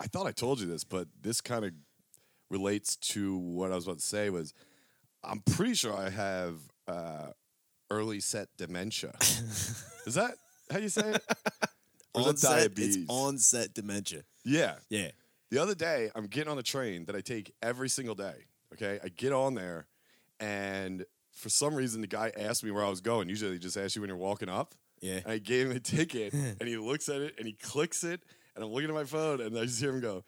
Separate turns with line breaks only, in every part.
I thought I told you this, but this kind of relates to what I was about to say. Was I'm pretty sure I have uh, early set dementia. Is that how you say it? Or is that
onset, it's
diabetes?
onset dementia.
yeah.
Yeah.
The other day, I'm getting on the train that I take every single day. Okay, I get on there, and for some reason, the guy asked me where I was going. Usually, they just ask you when you're walking up.
Yeah.
And I gave him a ticket, and he looks at it, and he clicks it, and I'm looking at my phone, and I just hear him go,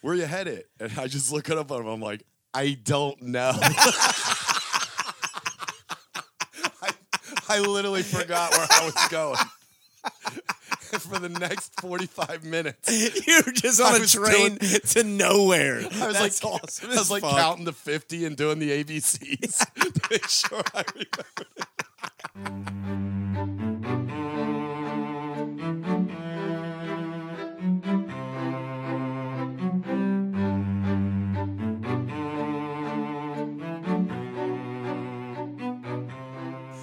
"Where you headed?" And I just look it up on him. I'm like, I don't know. I, I literally forgot where I was going. For the next 45 minutes,
You're just
I
on a
was
train to nowhere.
I was
That's
like,
awesome
I
as
was like
fuck.
counting the fifty and doing the ABCs to make sure I remember.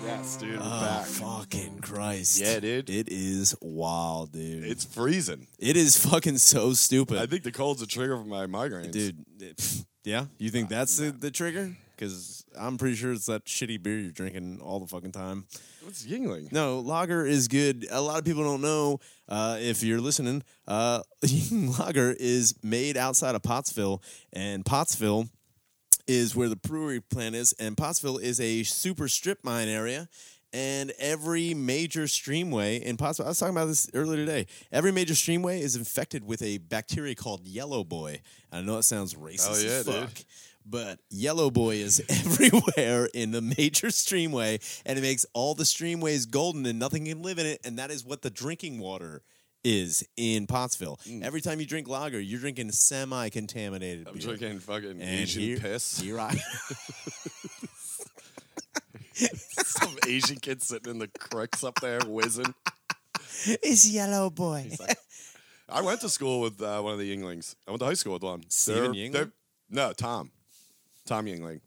Yes, dude, we're
Oh,
back.
fucking Christ.
Yeah, dude.
It is wild, dude.
It's freezing.
It is fucking so stupid.
I think the cold's a trigger for my migraines,
dude. it- yeah, you think that's the, the trigger? Because I'm pretty sure it's that shitty beer you're drinking all the fucking time.
What's Yingling?
No, lager is good. A lot of people don't know. Uh, if you're listening, uh, lager is made outside of Pottsville, and Pottsville is where the brewery plant is, and Pottsville is a super strip mine area. And every major streamway in Pottsville, I was talking about this earlier today. Every major streamway is infected with a bacteria called yellow boy. I know it sounds racist
Oh,
as
yeah, dude.
fuck, but yellow boy is everywhere in the major streamway, and it makes all the streamways golden, and nothing can live in it. And that is what the drinking water is in Pottsville. Every time you drink lager, you're drinking semi-contaminated.
Mm. I'm
beer.
drinking fucking
And
Asian
here-
piss.
Here I.
Some Asian kid sitting in the cricks up there whizzing.
It's yellow boy.
I went to school with uh, one of the Yinglings. I went to high school with one.
Steven
They're-
Yingling?
they're- No, Tom. Tom Yingling.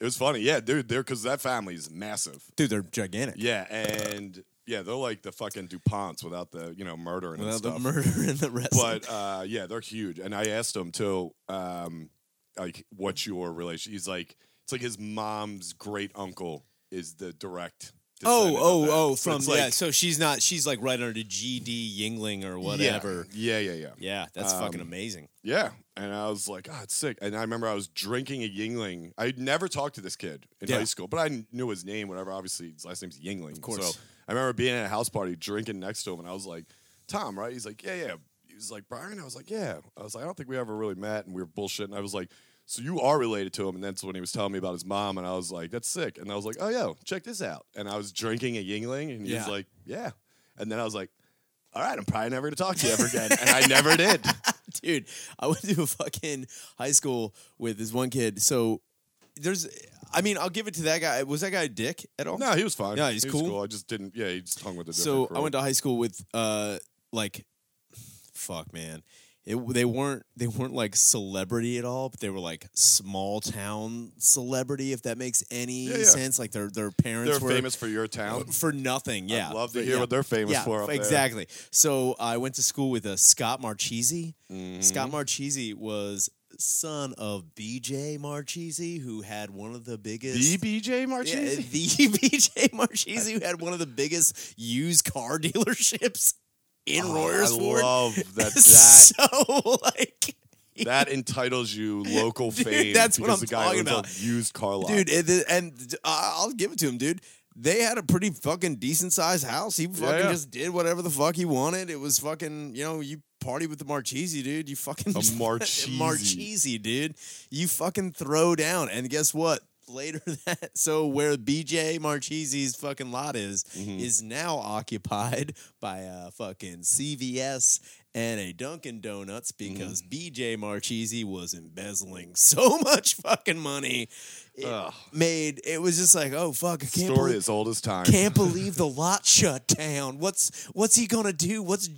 It was funny. Yeah, dude, they're because that family's massive.
Dude, they're gigantic.
Yeah, and yeah, they're like the fucking DuPonts without the, you know, murder and
Without
stuff.
the murder and the rest.
but uh, yeah, they're huge. And I asked him to, um, like, what's your relation? He's like, it's like his mom's great uncle is the direct.
oh,
descendant of
oh,
that.
oh,
So
from
it's like-
yeah. So she's not. She's like right under GD Yingling or whatever.
Yeah, yeah, yeah, yeah.
Yeah, that's fucking
Um,
amazing.
Yeah. And I was like, oh, it's sick. And I remember I was drinking a Yingling. I'd never talked to this kid in
Yeah.
high school, but I kn- knew his name, whatever. Obviously, his last name's Yingling. Of
course.
So I remember being at a house party drinking next to him, and I was like, Tom, right? He's like, yeah, yeah. He was like, Brian? I was like, yeah. I was like, I don't think we ever really met, and we were bullshitting. I was like, so you are related to him. And that's when he was telling me about his mom, and I was like, that's sick. And I was like, oh, yo, check this out. And I was drinking a Yingling, and he was
Yeah.
like, yeah. And then I was like, all right, I'm probably never going to talk to you ever again. and I never did.
dude i went to a fucking high school with this one kid so there's i mean i'll give it to that guy was that guy a dick at all
No, he was fine.
Oh. Yeah, he's
He was
cool.
I just didn't. Yeah, he just hung with the.
so i went to high school with uh like fuck man it, they weren't they weren't like celebrity at all but they were like small town celebrity if that makes any
Yeah, yeah.
sense like their their parents
They're
were
famous for your town.
for nothing yeah
love to
But
hear
yeah.
what they're famous
yeah,
for. up there.
exactly. So I went to school with uh, Scott Marchese.
Mm-hmm.
Scott Marchese was son of BJ Marchese, who had one of the
The
biggest.
BJ
Yeah,
Marchese.
the BJ Marchese, who had one of the biggest used car dealerships in
Oh,
Royersford.
I love that. That
so like.
that entitles you local
Dude,
fame.
that's what
because
I'm
the guy
talking
owns a
about.
used car lot,
dude. It, it- and I- I'll give it to him, dude. They had a pretty fucking decent sized house. He fucking
yeah.
just did whatever the fuck he wanted. It was fucking, you know, you party with the Marchese, dude. You fucking
A Marchese.
Marchese, dude. You fucking throw down. And guess what? Later that, so where BJ Marchese's fucking lot is,
Mm-hmm. Mm.
is now occupied by a fucking CVS and a Dunkin' Donuts because
Mm.
BJ Marchese was embezzling so much fucking money it
Ugh.
made it was just like oh fuck I can't
Story
believe,
as old as time.
can't believe the lot shut down. What's what's he gonna do? What's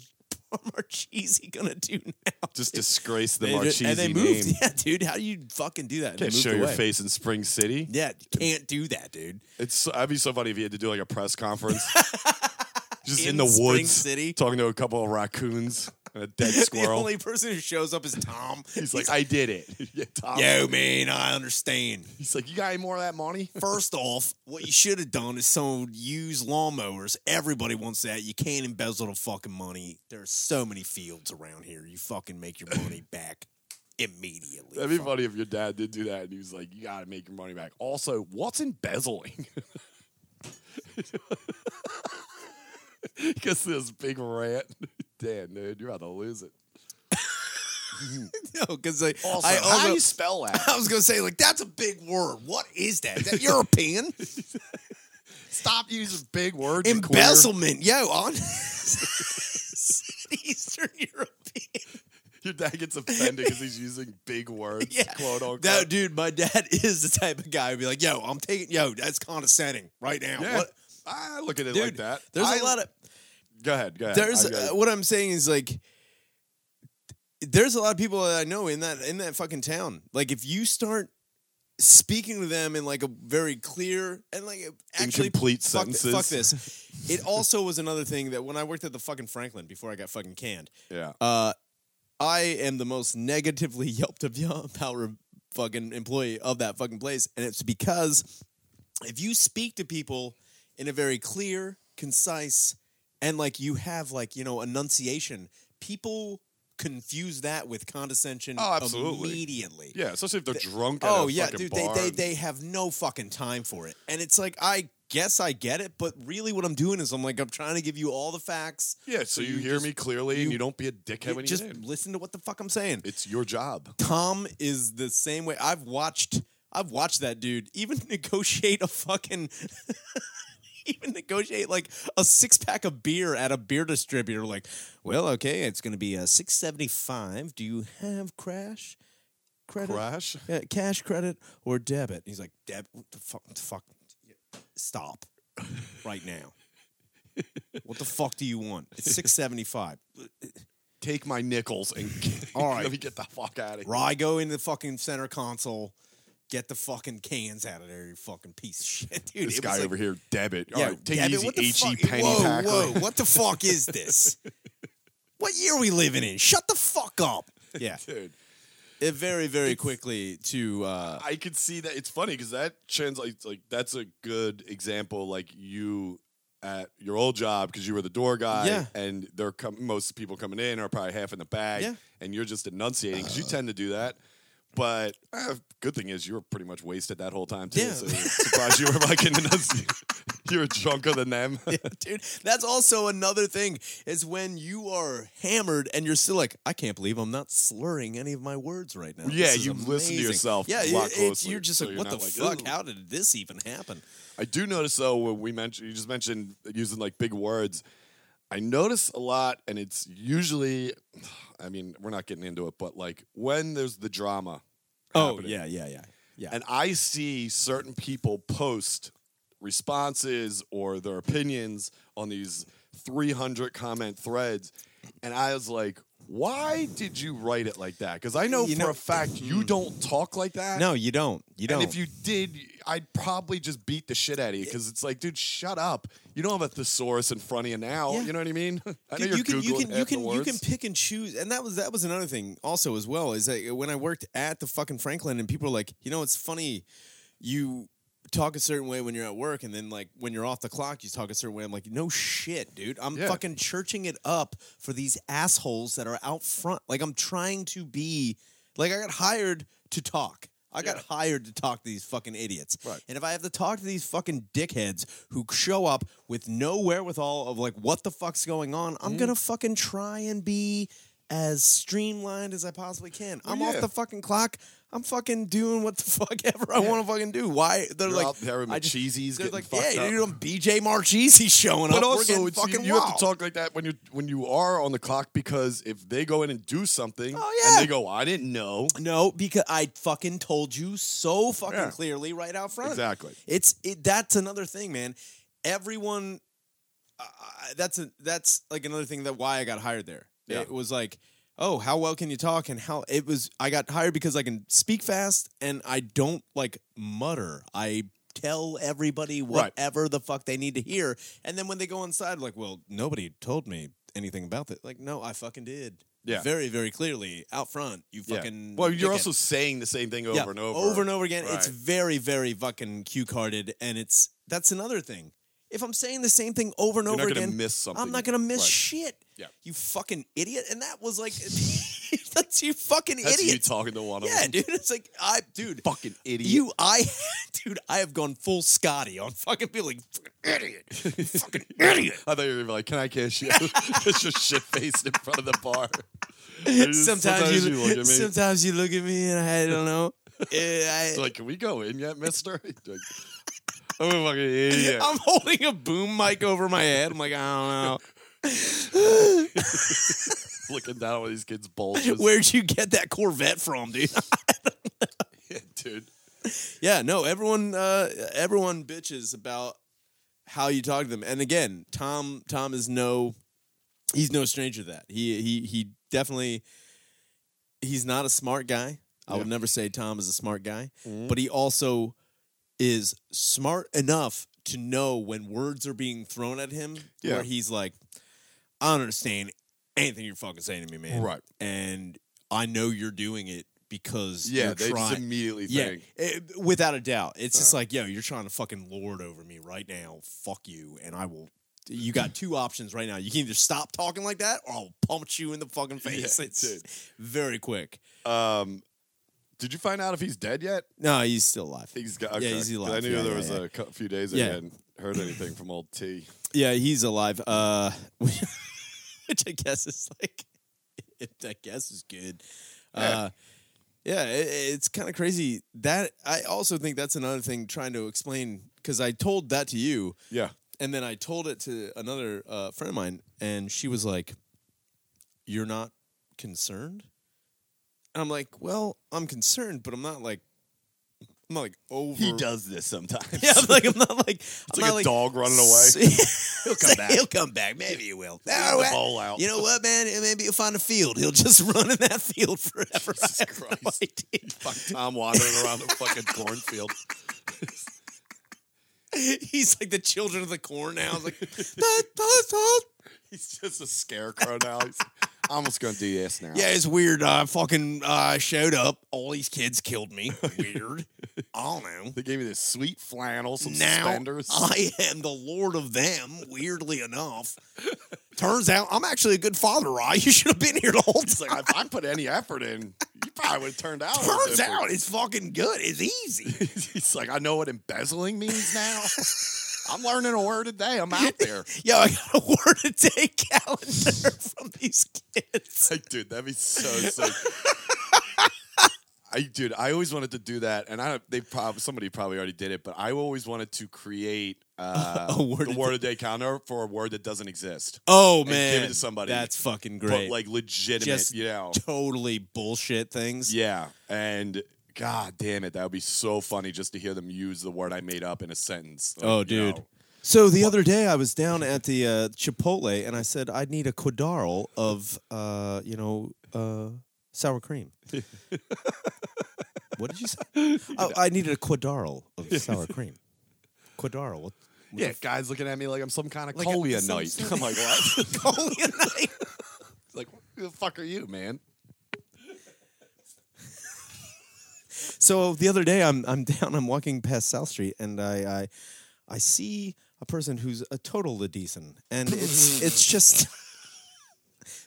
Marchese gonna do now?
Just disgrace the
They-
Marchese
and they moved.
name.
Yeah, dude, how do you fucking do that? They
Can't
moved
show your
away.
face in Spring City.
Yeah, you can't do that, dude.
It's so- I'd be so funny if you had to do like a press conference, just in,
In
the
Spring
woods,
City.
talking to a couple of raccoons. and a dead
the
squirrel.
only person who shows up is Tom.
he's like, I did it. yeah, Tom.
Yo, man, I understand.
He's like, you got any more of that money?
First off, what you should have done is sold used lawnmowers. Everybody wants that. You can't embezzle the fucking money. There's so many fields around here. You fucking make your money back immediately.
That'd be
Fuck.
funny if your dad did do that and he was like, you got to make your money back. Also, what's embezzling? he gets this big rant. Dan, dude, you're about to lose it.
No, because I,
Also,
I,
how do
also-
you spell that?
I was gonna say like that's a big word. What is that? Is that European
Stop using big words. you queer.
embezzlement? Yo, on Eastern European.
Your dad gets offended because he's using big words,
Yeah.
quote unquote.
No, dude, my dad is the type of guy who'd be like, "Yo, I'm taking yo, that's condescending right now."
yeah.
What?
I look at it
Dude,
like that.
There's
a
a lot of
Go ahead. Go ahead.
there's
I got
uh,
it.
what I'm saying is like there's a lot of people that I know in that in that fucking town. Like if you start speaking to them in like a very clear and like actually
Incomplete
fuck, th-
sentences.
fuck this. It also was another thing that when I worked at the fucking Franklin before I got fucking canned,
yeah.
uh, I am the most negatively yelped of about re- fucking employee of that fucking place, and it's because if you speak to people in a very clear, concise, and like you have like you know enunciation, people confuse that with condescension.
Oh, absolutely.
Immediately.
yeah. Especially if they're drunk. At
Oh
a
yeah,
fucking
dude. They,
Bar
they
and-
they have no fucking time for it, and it's like I guess I get it, but really what I'm doing is I'm like I'm trying to give you all the facts.
Yeah. So you, hear me clearly, and you don't be a dickhead when you
just
do.
listen to what the fuck I'm saying.
It's your job.
Tom is the same way. I've watched I've watched that dude even negotiate a fucking even negotiate like a six pack of beer at a beer distributor. Like, well, okay, it's gonna be a six seventy five. Do you have crash credit?
Crash.
Uh, cash credit or debit? he's like, debit. The fuck, the fuck, stop right now. what the fuck do you want? It's six seventy five.
Take my nickels and
All right.
let me get the fuck out of here.
Rye, go into the fucking center console, get the fucking cans out of there, you fucking piece of shit, dude.
This
it was
guy
like,
over here, debit. All right, take
Gavin,
it
what the
easy, he
fuck-
penny
whoa,
packer.
Whoa, what the fuck is this? what year are we living in? Shut the fuck up. Yeah,
Dude,
it very very quickly to uh,
I could see that. It's funny because that translates like that's a good example. Like you at your old job because you were the door guy,
Yeah.
and they're com- most people coming in are probably half in the bag,
Yeah.
and you're just enunciating because you tend to do that. But uh, good thing is you were pretty much wasted that whole time too.
Yeah.
So surprised you were like in the you were drunker than them.
dude. That's also another thing is when you are hammered and you're still like, I can't believe I'm not slurring any of my words right now.
Yeah,
This is
you listen to
amazing."
yourself
Yeah,
a
it-
lot
it's-
closely,
you're just
so
like,
you're
what the
not like,
fuck?
"Ooh."
How did this even happen?
I do notice though when we mentioned you just mentioned using like big words. I notice a lot, and it's usually, I mean, we're not getting into it, but like when there's the drama. happening,
Oh, yeah, yeah, yeah, yeah.
and I see certain people post responses or their opinions on these 300 comment threads, and I was like. Why did you write it like that? Because I know
You
for
know- Mm-hmm.
a fact you don't talk like that.
no, you don't. You don't.
And if you did, I'd probably just beat the shit out of you because it's like, dude, shut up. You don't have a thesaurus in front of you now.
Yeah.
You know what I mean? I know
Dude,
you're
you
Googling
can you
half
can you
the
can you can
words.
pick and choose, and that was that was another thing also as well is that when I worked at the fucking Franklin, and people were like, you know, it's funny, you talk a certain way when you're at work, and then like when you're off the clock, you talk a certain way. I'm like, no shit, dude, I'm
Yeah.
fucking churching it up for these assholes that are out front. Like I'm trying to be, like I got hired to talk. I got
Yeah.
hired to talk to these fucking idiots.
Right.
And if I have to talk to these fucking dickheads who show up with no wherewithal of like what the fuck's going on, I'm
Mm.
gonna fucking try and be as streamlined as I possibly can. I'm
yeah.
off the fucking clock. I'm fucking doing what the fuck ever I want to fucking do. Why they're
You're
like
out there with
I just-
Marchese's
They're
getting
like,
fucked
yeah,
up."
dude, I'm BJ Marchese showing
But
up. We're getting
also, it's, you,
fucking
you have
wild.
to talk like that when you when you are on the clock because if they go in and do something,
Oh, yeah.
and they go, I didn't know.
No, because I fucking told you so fucking
Yeah.
clearly right out front.
Exactly.
It's it, that's another thing, man. Everyone, uh, that's a, that's like another thing that why I got hired there.
Yeah.
It was like, oh, how well can you talk, and how it was. I got hired because I can speak fast and I don't like mutter. I tell everybody
Right.
whatever the fuck they need to hear, and then when they go inside, like, well, nobody told me anything about that. Like, no, I fucking did.
Yeah.
Very, very clearly out front. You
Yeah.
fucking.
well, you're
dickhead.
also saying the same thing over
Yeah,
and over,
over and over again. It's
Right.
very, very fucking cue carded, and it's that's another thing. If I'm saying the same thing over and
You're
over
not gonna
again,
miss something.
I'm not gonna miss
Right.
shit.
Yeah.
you fucking idiot. And that was like, that's you fucking
That's you
idiot.
talking to one of
Yeah,
them.
dude. It's like I, dude.
Fucking idiot.
You, I, dude, I have gone full Scotty on fucking people like fucking idiot, fucking idiot.
I thought you were gonna be like, "Can I kiss you?" it's just shit faced in front of the bar. Sometimes,
Sometimes, you,
look at me.
sometimes you look at me, and I don't know. Eh, I-
It's like, can we go in yet, Mister? Like, I'm a fucking idiot.
I'm holding a boom mic over my head. I'm like, I
looking down at all these kids'
don't
bulges.
know. Where'd you get that Corvette from, dude?
Yeah, dude.
yeah, no, everyone uh, everyone bitches about how you talk to them. And again, Tom Tom is no he's no stranger to that. He he he definitely he's not a smart guy. I would
Yeah.
never say Tom is a smart guy, but he also is smart enough to know when words are being thrown at him
Yeah.
where he's like, I don't understand anything you're fucking saying to me, man.
Right.
And I know you're doing it because
Yeah,
you're
they
trying
just immediately
yeah,
think.
it- without a doubt. It's just like, yo, you're trying to fucking lord over me right now. Fuck you, and I will. You got two options right now. You can either stop talking like that, or I'll punch you in the fucking face.
Yeah,
it's
dude.
very quick.
Um, did you find out if he's dead yet?
No, he's still alive.
He's got.
Yeah,
okay.
he's
'Cause I
alive.
knew
Yeah,
there
yeah,
was
yeah.
a cou- few days
Yeah.
I hadn't heard anything from old T.
Yeah, he's alive. Uh, which I guess is like, I guess is good. Uh, yeah, it, it's kind of crazy. That I also think that's another thing trying to explain because I told that to you.
Yeah,
and then I told it to another uh, friend of mine, and she was like, "You're not concerned." And I'm like, "Well, I'm concerned, but I'm not like, I'm not like over."
does this sometimes.
Yeah, I'm like I'm not like
It's
I'm
like
not
a dog running away.
he'll
come back.
He'll come back. Maybe he will.
Get
Oh,
the
well,
ball out.
You know what, man? Maybe he'll find a field. He'll just run in that field forever.
Jesus
I have no
Christ.
idea.
Fuck Tom wandering around the fucking cornfield.
He's like the children of the corn now. It's like, "That- that's all
He's just a scarecrow now. He's almost gonna do this now.
Yeah, it's weird. I fucking uh, showed up. All these kids killed me. Weird. I don't know.
They gave me this sweet flannel, some
Now
suspenders.
I am the lord of them. Weirdly enough, turns out I'm actually a good father. Rye, you should have been here the whole
Like,
time.
if I put any effort in, you probably would have turned out.
Turns
different.
out it's fucking good. It's easy.
he's like, I know what embezzling means now. I'm learning a word a day. I'm out there.
Yo, I got a word a day calendar from these kids.
Like, dude, that'd be so sick. I, dude, I always wanted to do that, and I don't. They probably somebody probably already did it, but I always wanted to create uh,
A word
the
a
word a day calendar for a word that doesn't exist.
Oh
give
man,
it to somebody.
That's fucking great.
But like legitimate,
Just
you know.
totally bullshit things.
Yeah. And god damn it, that would be so funny just to hear them use the word I made up in a sentence. Like,
Oh,
you
dude.
know.
So the other day, I was down at the uh, Chipotle, and I said I'd need a quadrille of, uh, you know, uh, sour cream. what did you say? Oh, I needed a quadrille of sour cream. Quadrille. What?
Yeah, guys looking at me like I'm some kind of
Like
like
a-
colia
some-
knight.
some-
I'm like, what?
Colianite.
like, who the fuck are you, man?
so the other day, I'm I'm down. I'm walking past South Street, and I I, I see a person who's a total Ladison, and it's it's just.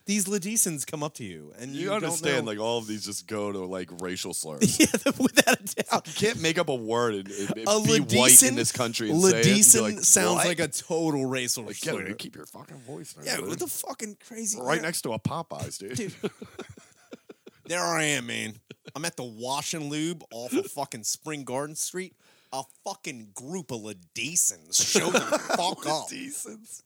These Ladisons come up to you, and you,
You,
don't
understand?
know-
Like, all of these just go to like racial slurs.
yeah, without a doubt.
you can't make up a word and, and- and
a
be white
Ladison-
in this country. And say it and be
Ladison
like,
sounds
"What?"
like a total racial
Like, get
slur.
it, keep your fucking voice. down,
yeah,
dude.
what the fucking crazy.
right
yeah,
next to a Popeyes, dude.
dude. there I am, man. I'm at the Wash and Lube off of fucking Spring Garden Street. A fucking group of Ladisons show the fuck up,
Ladisons.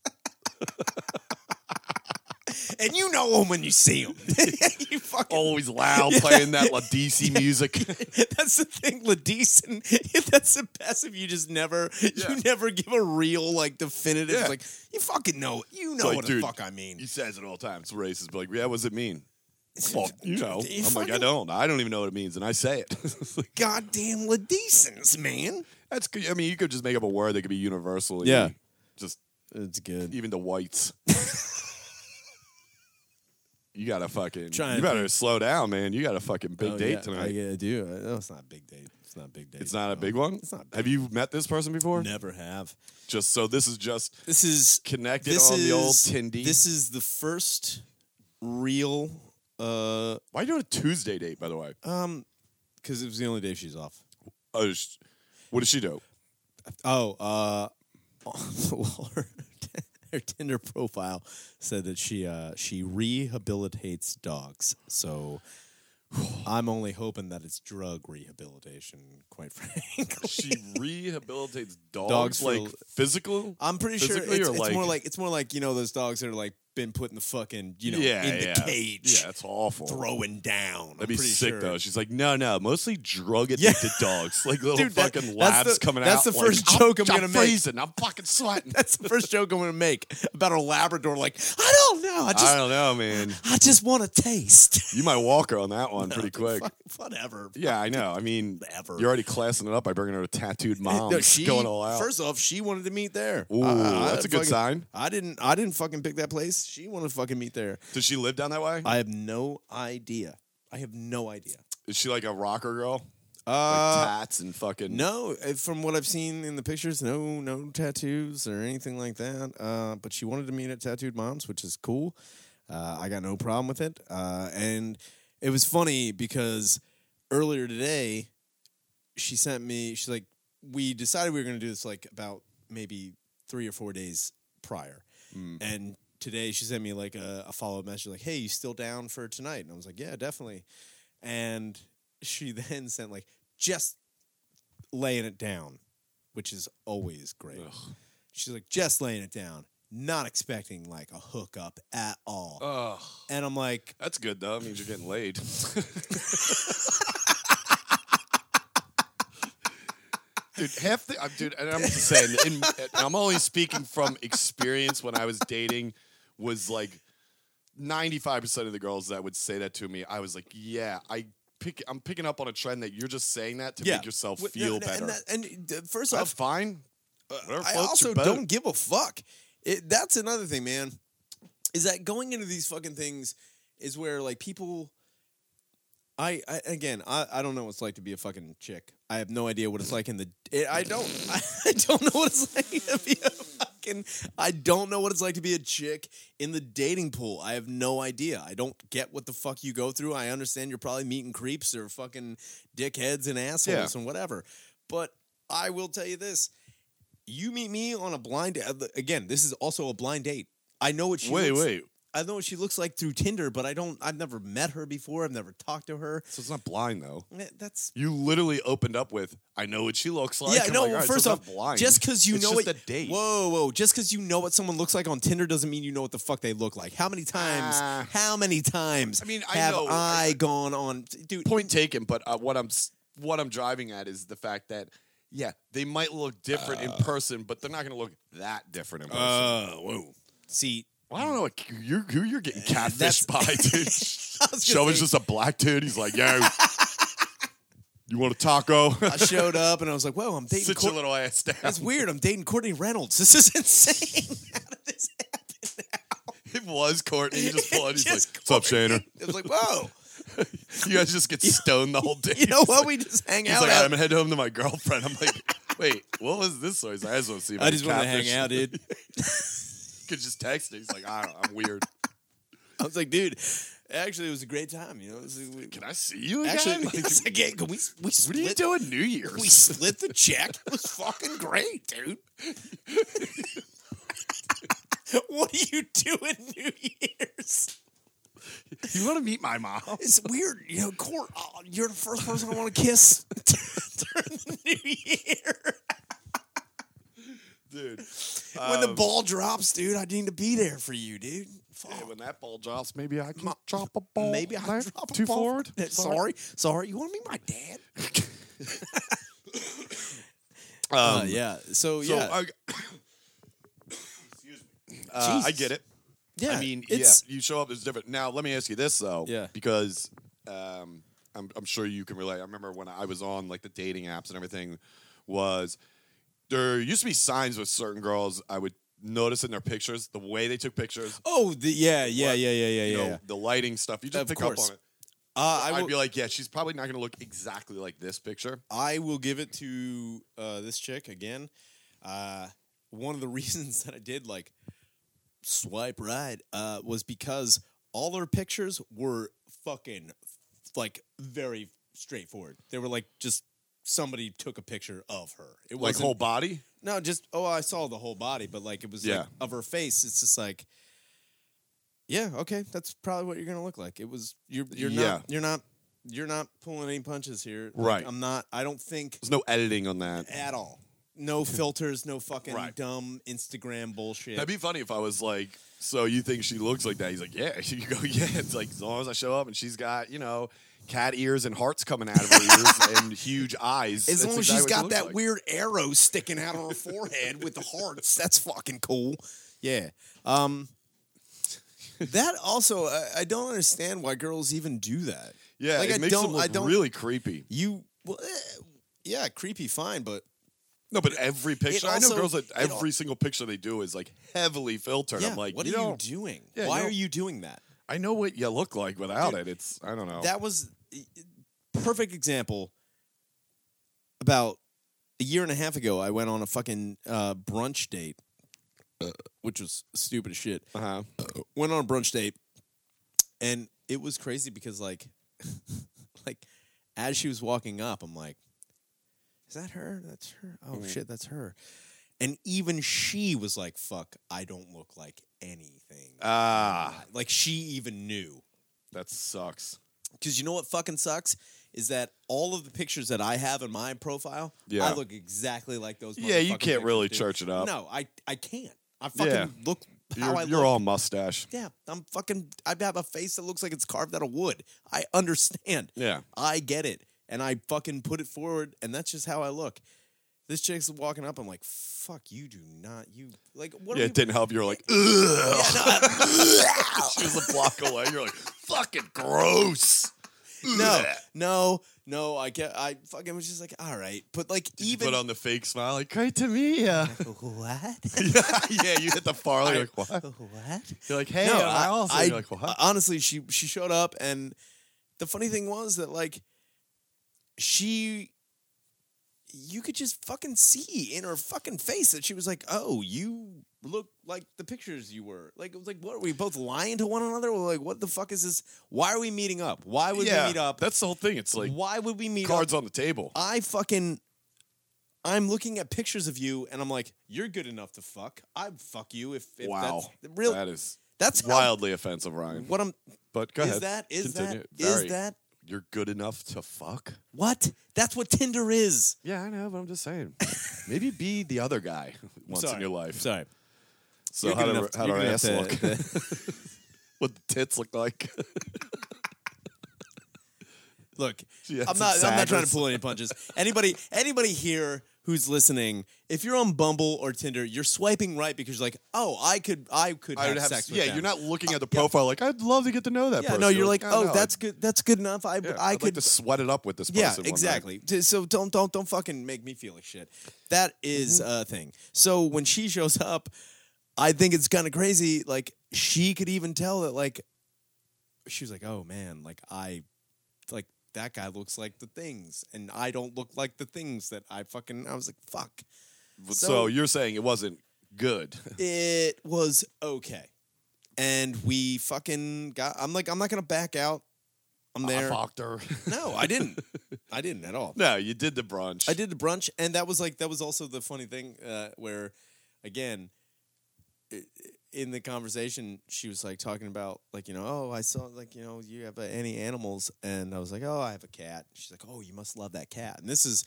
and you know them when you see them. you fucking.
Always loud, playing that Ladisi music.
That's the thing, Ladison. That's the best if you just never,
Yeah.
you never give a real like definitive.
Yeah.
Like you fucking know, you know
like,
what
dude,
the fuck I mean.
He says it all the time. It's racist, but like, yeah, what does it mean? Well, you know,
You
I'm like, I
fucking-
don't. I don't even know what it means, and I say it. It's like,
goddamn Ladisons, man.
That's. good. I mean, you could just make up a word that could be universally.
Yeah.
Just
It's good.
even the whites. you gotta fucking.
Trying
you
to
better slow down, man. You got a fucking big
Oh,
date
yeah,
tonight.
I, yeah, I do. I- No, it's not a big date. It's not a big date.
it's not a
No.
big one.
It's not. a
Have you met this person before?
big- Never have.
Just so this is just
This is
connected
this
on
is
the old Tindy.
This is the first real. Uh,
Why you doing a Tuesday date, by the way?
um, because it was the only day she's off.
Oh, sh- what does she do?
Oh, uh, well, her, her Tinder profile said that she uh, she rehabilitates dogs. So I'm only hoping that it's drug rehabilitation. Quite frankly,
She rehabilitates dogs,
Dogs uh, for-
like physical.
I'm pretty sure it's,
Physically
it's
or like-
more like it's more like you know those dogs that are like been put in the fucking you know
yeah,
in the
yeah.
cage
Yeah, that's awful.
throwing down. I'm
That'd be
pretty
sick
sure.
though. She's like, no, no, mostly drug addicted dogs, like little
Dude, that-
fucking
that's
labs
the-
coming
that's
out.
the
like,
first joke I'm
I'm
gonna make.
freezing. I'm fucking sweating.
That's the first joke I'm gonna make about a Labrador. Like I don't know. I
I
just
don't know, man.
I just want a taste.
You might walk her on that one pretty quick.
Fuck, whatever.
Yeah, I know. I mean,
Ever.
you're already classing it up by bringing her to tattooed moms,
No, she-
going all out.
First off, she wanted to meet there.
Ooh,
I- I-
that's
I
a good
fucking-
sign.
I didn't. I didn't fucking pick that place. She wanted to fucking meet there.
Does she live down that way?
I have no idea. I have no idea.
Is she like a rocker girl? Like
Uh,
tats and fucking.
no. uh, From what I've seen in the pictures, no, no tattoos or anything like that. Uh, but she wanted to meet at Tattooed Moms, which is cool. Uh, I got no problem with it. Uh, and it was funny because earlier today, she sent me she's like we decided we were going to do this like about maybe three or four days prior
Mm.
and today she sent me like a, a follow-up message like hey you still down for tonight and i was like yeah definitely and she then sent like just laying it down which is always great
Ugh.
she's like just laying it down not expecting like a hookup at all
Ugh.
and i'm like
That's good though. It means you're getting laid. dude, half the I'm, dude, and I'm just saying, in, and I'm only speaking from experience. When I was dating, was like 95 percent of the girls that would say that to me. I was like, yeah, I pick. I'm picking up on a trend that you're just saying that to
yeah.
make yourself
Wh-
feel
and,
better.
and, that- and, uh, first
That's
off
fine. Whatever
I
floats
also
your boat.
don't give a fuck. It, that's another thing, man. Is that going into these fucking things is where like people. I, I again, I, I don't know what it's like to be a fucking chick. I have no idea what it's like in the. It, I don't. I, don't know what it's like to be a fucking. I don't know what it's like to be a chick in the dating pool. I have no idea. I don't get what the fuck you go through. I understand you're probably meeting creeps or fucking dickheads and assholes and whatever. But I will tell you this: you meet me on a blind uh, th- again. This is also a blind date. I know what she
Wait,
looks,
wait.
I know what she looks like through Tinder, but I don't. I've never met her before. I've never talked to her.
So it's not blind though.
Eh, That's
You literally opened up with, "I know what she looks like."
yeah.
I'm
no,
like,
well,
all right, so
first
it's not
off,
blind.
just because you
It's
know
just
what,
a date.
Whoa, whoa! Just because you know what someone looks like on Tinder doesn't mean you know what the fuck they look like. How many times?
Ah.
how many times?
I mean, I
have
know.
I gone on, dude?
point taken. But uh, what I'm s- what I'm driving at is the fact that yeah, they might look different
Uh.
in person, but they're not going to look that different in person.
whoa! See,
well, I don't know what c- you're, who you're
Eh,
getting catfished by, dude.
I was gonna
Shovin's
say-
just a black dude. He's like, yo, you want a taco?
I showed up and I was like, "Whoa, I'm dating."
Sit
Cor-
your little ass down.
That's weird. I'm dating Courtney Reynolds. This is insane. How did this happen?
It was Courtney. He just pulled. out, He's
Just
like, "What's up, Shayner?
It was like, whoa.
You guys just get stoned the whole day."
You know what? We just hang
He's
out.
like,
out-
I'm gonna head home to my girlfriend. I'm like, wait, what was this story? He's like, I just want to see. If
I just
want to
hang out, dude.
Could just text. It. He's like, I don't, I'm weird.
I was like, dude. Actually, it was a great time. You know, It was like, we-
Can I see you again?
actually,
Like,
I was like, hey, can we we
what are you
split?
doing New Year's?
we split the check. It was fucking great, dude. what are you doing, New Year's?
you want to meet my mom?
It's weird, you know. Court, oh, you're the first person I want to kiss during the new year.
Dude,
when the ball drops, dude, I need to be there for you, dude. Fuck.
when that ball drops, maybe I can drop a ball.
Maybe I
there.
drop a
too
ball.
forward.
Yeah, Sorry, sorry. You want to be my dad?
Um,
Uh, yeah. So,
So uh, I, excuse me. Uh, I
Jesus.
get it.
yeah.
I mean,
it's
yeah, you show up, it's different. Now, let me ask you this though,
Yeah.
because um, I'm, I'm sure you can relate. I remember when I was on like the dating apps and everything, was there used to be signs with certain girls I would notice in their pictures, the way they took pictures,
Oh, the, yeah, yeah,
What?
yeah, yeah, yeah,
you
yeah.
know,
yeah.
the lighting stuff. You just
Of
pick
course.
up on it.
Uh, I
I'd
will,
be like, yeah, she's probably not going to look exactly like this picture.
I will give it to uh, this chick again. Uh, one of the reasons that I did like swipe right uh, was because all her pictures were fucking like very straightforward. They were like just somebody took a picture of her. It
Like
wasn't-
whole body.
No, just oh, I saw the whole body, but like it was
Yeah.
like of her face. It's just like, yeah, okay, that's probably what you're gonna look like. It was you're you're
Yeah.
not you're not you're not pulling any punches here. Like,
Right.
I'm not. I don't think
There's no editing on that.
at all. No filters. No fucking
Right.
dumb Instagram bullshit.
That'd be funny if I was like, so you think she looks like that? He's like, yeah. You go, yeah. It's like as long as I show up and she's got, you know, cat ears and hearts coming out of her ears and huge eyes.
as
that's
long as
exactly
she's
what she
got
looks
that
like.
weird arrow sticking out of her forehead with the hearts, that's fucking cool. Yeah. Um, that also, I, I don't understand why girls even do that.
Yeah,
like
it
I
makes
don't,
them look
I don't
really creepy.
You, well, eh, yeah, creepy, fine, but
No, but every picture. I
also-
know girls that
it al-
every single picture they do is like heavily filtered.
yeah,
I'm like,
what
you
are
know,
you doing?
yeah,
Why
you
are
don't-
you doing that?
I know what you look like without
Dude,
it. It's I don't know.
That was eh, perfect example. About a year and a half ago, I went on a fucking uh, brunch date, uh, which was stupid as shit.
uh-huh.
went on a brunch date and it was crazy because like like as she was walking up i'm like is that her that's her oh
Mhm.
shit that's her and even she was like fuck i don't look like anything
Ah,
like she even knew
that sucks.
because you know what fucking sucks is that all of the pictures that i have in my profile
Yeah.
i look exactly like those
Yeah, you
motherfucking
can't really
pictures, dude.
church it up.
no i i can't i fucking
Yeah.
look how
you're,
i
you're
look
all mustache.
yeah, I'm fucking. I have a face that looks like it's carved out of wood. I understand.
Yeah,
I get it, and I fucking put it forward, and that's just how I look. This chick's walking up. I'm like, fuck, you do not. You like what?
yeah.
are
It didn't help. You're like, ugh. she was a block away. You're like, fucking gross.
we, no, no, no. I get. I fucking was just like, all right, but like
Did
even
you put on the fake smile, like great to meet ya.
what?
yeah, yeah, you hit the far. You're like, what?
what?
You're like, hey,
no,
am I
I,
also.
I-
you're like, what?
Uh, honestly, she she showed up, and the funny thing was that like she, you could just fucking see in her fucking face that she was like, "Oh, you look like the pictures you were." Like it was like, what are we both lying to one another? We're like, what the fuck is this? Why are we meeting up? Why would
yeah,
we meet up?
That's the whole thing. It's like
Why would we meet up?
cards on the table.
I fucking I'm looking at pictures of you and I'm like, you're good enough to fuck. I'd fuck you if, if
wow,
that's real
that is
that's how-
wildly offensive, Ryan.
what I'm
But go
is
ahead.
that is
Continue.
that is
Very.
that
you're good enough to fuck?
what? That's what Tinder is.
Yeah, I know, but I'm just saying. Maybe be the other guy once in
Sorry.
your life.
Sorry.
So
You're
how
good
do
enough-
how do
you're
our
good
ass
enough
look?
to-
what the tits look like?
Look,
Yeah,
I'm
it's
not I'm not trying
sadness.
to pull any punches. Anybody anybody here who's listening, if you're on Bumble or Tinder, you're swiping right because you're like, oh, I could I could have, sex with
yeah,
them. Uh,
you're not looking at the profile like I'd love to get to know that
yeah,
person.
no, you're like,
I
oh,
know,
that's good. That's good enough. I,
I'd, yeah,
I
I'd like
could
to sweat it up with this
Yeah,
person. one night.
exactly. T- So don't don't don't fucking make me feel like shit. That is
Mm-hmm.
a thing. So when she shows up, I think it's kind of crazy. Like she could even tell that like she was like, oh man, like I like that guy looks like the things, and I don't look like the things that I fucking. I was like, fuck.
So,
So-
you're saying it wasn't good.
It was okay, and we fucking got. I'm like, I'm not gonna back out. I'm there.
I fucked her.
no, I didn't. I didn't at all.
Uh, no, you did the brunch.
I did the brunch, and that was like that was also the funny thing uh, where, again, i- in the conversation, she was like talking about like you know oh I saw like you know you have uh, any animals, and I was like oh I have a cat. She's like oh you must love that cat, and this is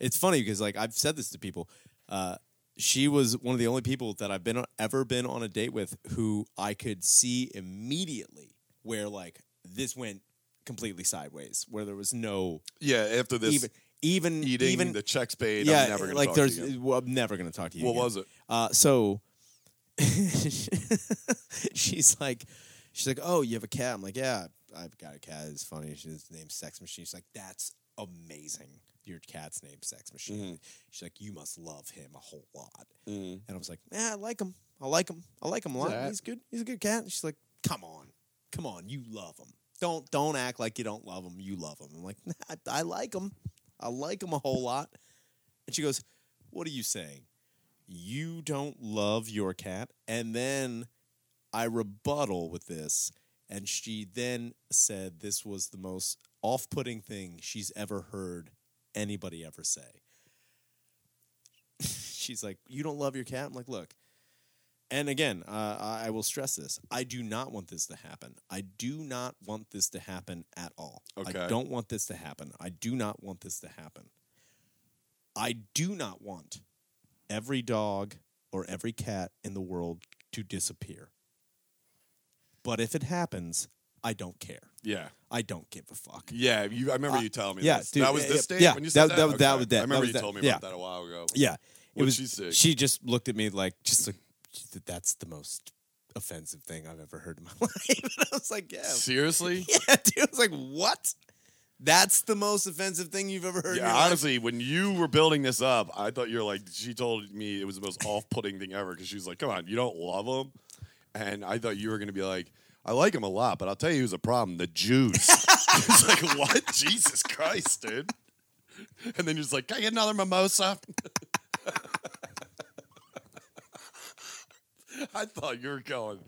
it's funny because like I've said this to people. Uh, she was one of the only people that I've been on, ever been on a date with who I could see immediately where like this went completely sideways, where there was no
Yeah, after this
even even
eating
even
the checks paid.
yeah
I'm never gonna
like
talk
there's
to you again.
well, I'm never gonna talk to you.
What
again.
was it?
Uh, so she's like, she's like, oh, you have a cat? I'm like, yeah, I've got a cat. It's funny. She, his name's Sex Machine. She's like, that's amazing. Your cat's
Mm-hmm.
name's Sex Machine. She's like, you must love him a whole lot. And I was like, yeah, I like him. I like him. I like him a lot.
Yeah.
He's good. He's a good cat. And she's like, come on, come on, you love him. Don't don't act like you don't love him. You love him. I'm like, nah, I, I like him. I like him a whole lot. And she goes, what are you saying? You don't love your cat? And then I rebuttal with this. And she then said this was the most off putting thing she's ever heard anybody ever say. she's like, You don't love your cat? I'm like, Look. And again, uh, I I will stress this. I do not want this to happen. I do not want this to happen at all. I
Okay.
don't want this to happen. I do not want this to happen. I do not want every dog or every cat in the world to disappear. But if it happens, I don't care.
Yeah.
I don't give a fuck.
Yeah. You, I remember
Uh,
you telling me
yeah,
this.
dude,
that was
yeah,
this
yeah,
date
yeah.
when you
That-
said that?
that was- that
Okay.
was that-
I
that
remember
was
you
that-
told me
yeah.
about that a while ago.
Yeah. It
What'd
was
she say?
she just looked at me like just like "Th- that's the most offensive thing I've ever heard in my life. And I was like, yeah.
Seriously?
Yeah, dude. I was like, what? That's the most offensive thing you've ever heard. in
Yeah,
your life?"
honestly, when you were building this up, I thought you were like, she told me it was the most off putting thing ever because she was like, come on, you don't love him. And I thought you were going to be like, I like him a lot, but I'll tell you who's a problem the Jews. it's like, what? Jesus Christ, dude. And then you're just like, can I get another mimosa? I thought you were going.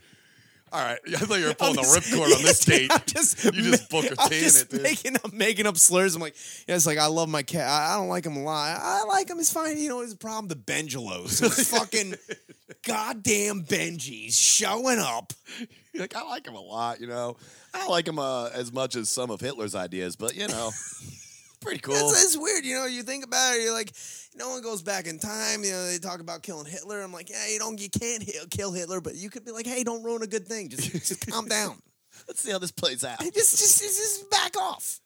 All right, I thought you were pulling the
I'm just-
ripcord on
yes,
this
dude,
date.
I'm just,
You just
ma-
book a
I'm
date in
just
it, dude.
making up making up slurs. I'm like, yeah, it's like I love my cat. I, I don't like him a lot. I like him. It's fine. You know, it's a problem. The Benjalos, Those fucking goddamn Benjis, showing up.
You're like I like him a lot, you know. I don't like him uh, as much as some of Hitler's ideas, but you know, pretty cool.
It's, it's weird, you know. You think about it, you're like, no one goes back in time. You know, they talk about killing Hitler. I'm like, yeah, you don't, you can't hit, kill Hitler, but you could be like, hey, don't ruin a good thing. Just, just calm down.
Let's see how this plays out.
Just, just, just, just back off.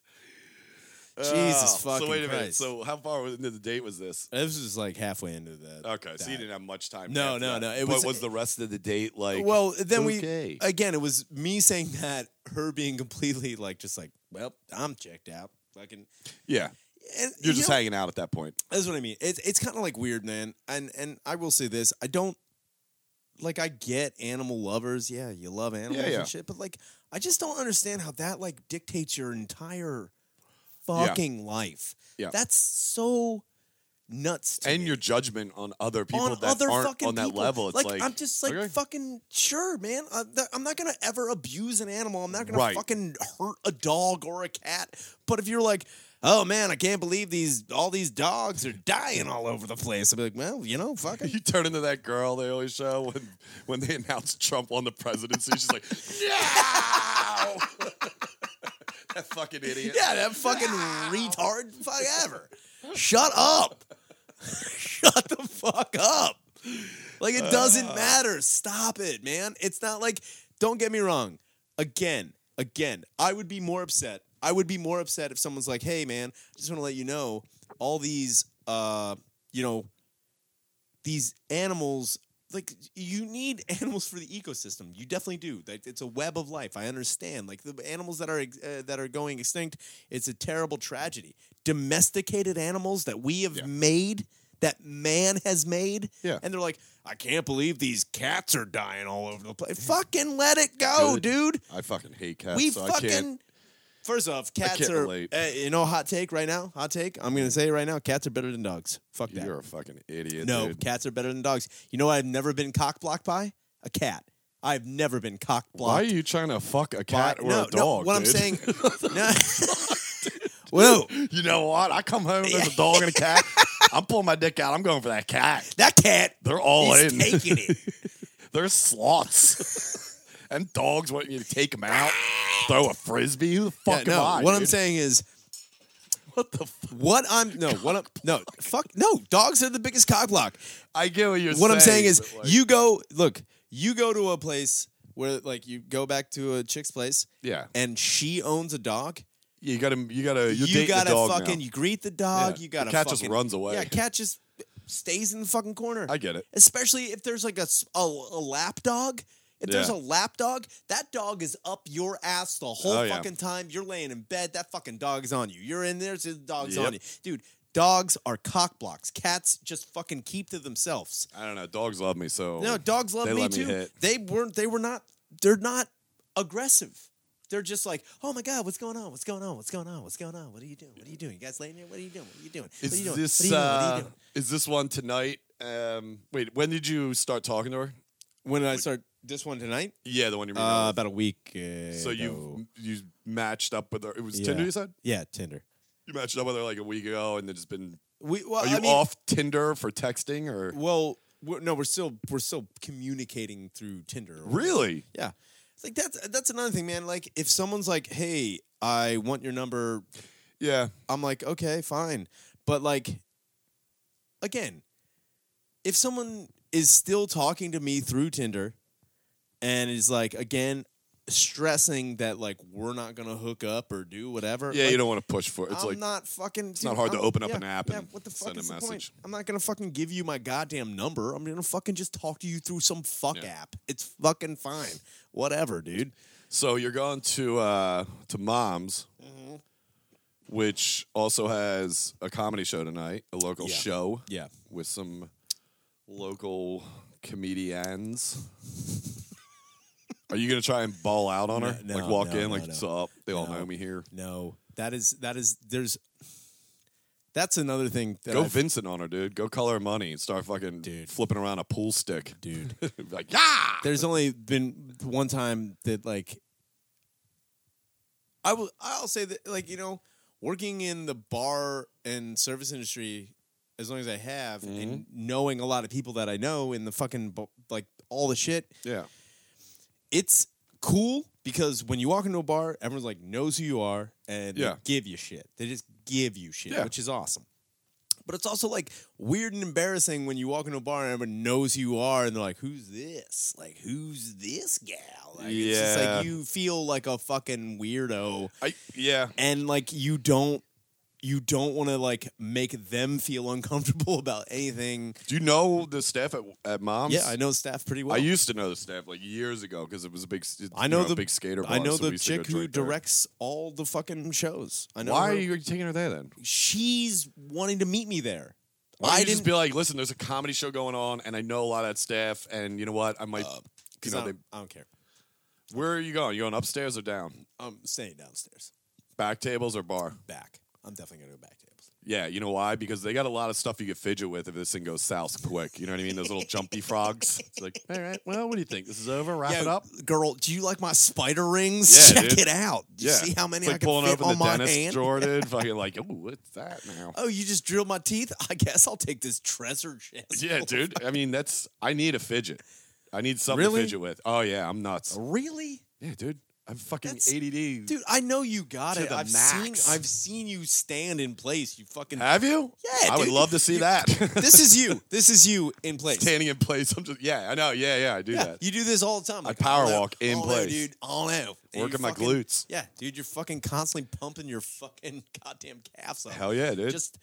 Jesus
Oh, So
fucking
wait a minute.
Christ.
So how far into the date was this?
This is like halfway into the.
Okay, so you
that.
didn't have much time.
No,
after
no,
that.
no, it
but
was-
the rest of the date like?
Well, then
okay.
we uh, again. It was me saying that, her being completely like, just like, well, I'm checked out. Fucking,
yeah,
and,
you're
you
just
know,
hanging out at that point.
That's what I mean. It's it's kind of like weird, man. And and I will say this: I don't like. I get animal lovers. Yeah, you love animals
yeah.
and shit. But like, I just don't understand how that like dictates your entire fucking life.
Yeah.
that's so nuts. To
And
me.
your judgment on other people
on
that
other
aren't
fucking
on that
people.
level. It's like,
like, I'm just like
okay.
fucking sure, man. I, am not gonna ever abuse an animal. I'm not gonna
Right.
fucking hurt a dog or a cat. But if you're like, oh man, I can't believe these all these dogs are dying all over the place. I'd be like, well, you know, fucking.
You turn into that girl they always show when when they announce Trump won the presidency. She's like, no! that fucking idiot.
Yeah, that fucking retard fuck ever. Shut up. Shut the fuck up. Like it doesn't matter. Stop it, man. It's not like don't get me wrong. Again, again, I would be more upset. I would be more upset if someone's like, "Hey man, just want to let you know all these uh, you know, these animals like you need animals for the ecosystem you definitely do like it's a web of life i understand like the animals that are ex- uh, that are going extinct it's a terrible tragedy domesticated animals that we have
Yeah.
made that man has made
Yeah.
and they're like i can't believe these cats are dying all over the place fucking let it go
Good.
dude
I fucking hate cats.
we
so I can't.
fucking first off cats
can't
are
relate.
uh, you know hot take right now hot take i'm gonna say it right now cats are better than dogs fuck that
You're a fucking idiot.
no,
dude.
cats are better than dogs. You know what I've never been cock blocked by? A cat. I've never been cock
Why are
blocked.
you trying to fuck a cat
by,
or a
no,
dog?
No, what I'm
dude?
saying. no. Whoa,
you know what? I come home, there's a dog and a cat. I'm pulling my dick out. I'm going for that cat.
that cat.
They're all
is
in.
taking it.
They're slots. and dogs want you to take them out, throw a frisbee. Who the fuck
Yeah,
am
no,
I?
what I'm
dude?
saying is
What the fuck?
what I'm no what I'm no fuck no. Dogs are the biggest cock block.
I get what you're saying.
what I'm saying is
but, like,
you go look. You go to a place where like you go back to a chick's place
Yeah.
and she owns a dog.
You gotta you gotta you're
you
dating
gotta
the dog
fucking
now.
you greet the dog.
Yeah.
You gotta
The cat just
fucking-
runs away.
Yeah, cat just stays in the fucking corner.
I get it.
Especially if there's like a s- a, a lap dog. If there's a
Yeah.
lap dog, that dog is up your ass the whole
Oh, yeah.
fucking time. You're laying in bed. That fucking dog is on you. You're in there. So the dog's
Yep.
on you, dude. Dogs are cock blocks. Cats just fucking keep to themselves.
I don't know. Dogs love me so.
No, dogs love
they
me
let me
too.
hit.
Oh, They weren't. They were not. They're not aggressive. They're just like, oh my god, what's going on? What's going on? What's going on? What's going on? What are you doing? What are you doing? You guys laying here? What are you doing? What are you doing? What are you
Is
doing?
this
what are you doing? What are
uh,
you doing?
is this one tonight? Um, wait, when did you start talking to her?
When did I start this one tonight?
Yeah, the one you were.
Uh, about a week. Uh,
so you you matched up with her. It was
Yeah.
Tinder. You said
yeah, Tinder.
you matched up with her like a week ago, and then just been.
We well,
Are you
Uh, I mean,
off Tinder for texting or
Well, we're, no, we're still we're still communicating through Tinder. or
really?
Yeah. It's like that's that's another thing, man. Like if someone's like, "Hey, I want your number,"
Yeah,
I'm like, "Okay, fine." But like again, if someone is still talking to me through Tinder and is like again stressing that like we're not going to hook up or do whatever.
yeah.
like,
you don't want to push for it. It's
I'm
like
not fucking. It's
not hard to open up an app and
what the fuck
send a
is the Point?
message.
I'm not gonna fucking give you my goddamn number. I'm gonna fucking just talk to you through some fuck
Yeah.
app. It's fucking fine. Whatever, dude.
so. You're going to uh, to mom's,
Mm-hmm.
which also has a comedy show tonight, a local
Yeah.
show.
Yeah.
with some local comedians. Are you gonna try and ball out on her?
No,
like
no,
walk
no,
in, like
no, no.
what's up? They all
No.
know me here.
No, that is that is there's. That's another thing. That
Go
I've-
Vincent on her, dude. Go call her money and start fucking
Dude.
flipping around a pool stick,
Dude.
like yeah.
There's only been one time that like. I will. I'll say that like you know, working in the bar and service industry as long as I have and knowing a lot of people that I know in the fucking bu- like all the shit,
Yeah,
it's cool because when you walk into a bar, everyone's like knows who you are and they
Yeah.
give you shit. They just give you shit,
Yeah.
which is awesome. But it's also like weird and embarrassing when you walk into a bar and everyone knows who you are and they're like, "Who's this? Like, who's this gal?" Like, It's just
Yeah.
like you feel like a fucking weirdo,
I yeah.
and like you don't. You don't want to like make them feel uncomfortable about anything.
Do you know the staff at at mom's?
yeah, I know staff pretty well.
Um, I used to know the staff like years ago because it was a big. it's,
I
you
know the-
a big skater. Bar,
I know
so we
the
used to go
chick who
drink there.
directs all the fucking shows. I know.
Why
her.
are you taking her there then?
She's wanting to meet me there.
Why don't
I
you just
didn't
be like, listen, there's a comedy show going on, and I know a lot of that staff, and you know what? I might, you
'cause
know,
I,
they,
don't, uh, I don't care.
where are you going? You going upstairs or down?
I'm staying downstairs.
Back tables or bar?
Back. I'm definitely gonna go back tables.
Yeah, you know why? Because they got a lot of stuff you could fidget with if this thing goes south quick. You know what I mean? Those little jumpy frogs. It's like, all right, well, what do you think? This is over. Wrap it up.
girl. Do you like my spider rings?
Yeah,
Check
dude.
it out. Do you
yeah.
see how many
it's
I
like
can
pulling
fit
open
on
the
my
dentist
hand?
drawer, dude. Fucking like, oh, what's that now?
Oh, you just drilled my teeth. I guess I'll take this treasure chest.
Yeah, dude. I mean, that's I need a fidget. I need something
Really?
to fidget with. Oh yeah, I'm nuts.
Really,
Yeah, dude. I'm fucking
That's-
ADD.
dude? I know you got
To
it.
the
I've
max.
seen. I've seen you stand in place. You fucking.
Have you?
Yeah,
I would
dude.
love to see that.
this is you. This is you in place.
Standing in place. I'm just yeah, I know. Yeah, yeah, I do
Yeah,
that.
you do this all the time.
power
all out,
walk in
all out,
place.
dude. All out. And
Working
you
my
fucking-
glutes.
Yeah, dude, you're fucking constantly pumping your fucking goddamn calves up.
Hell yeah, dude.
Just,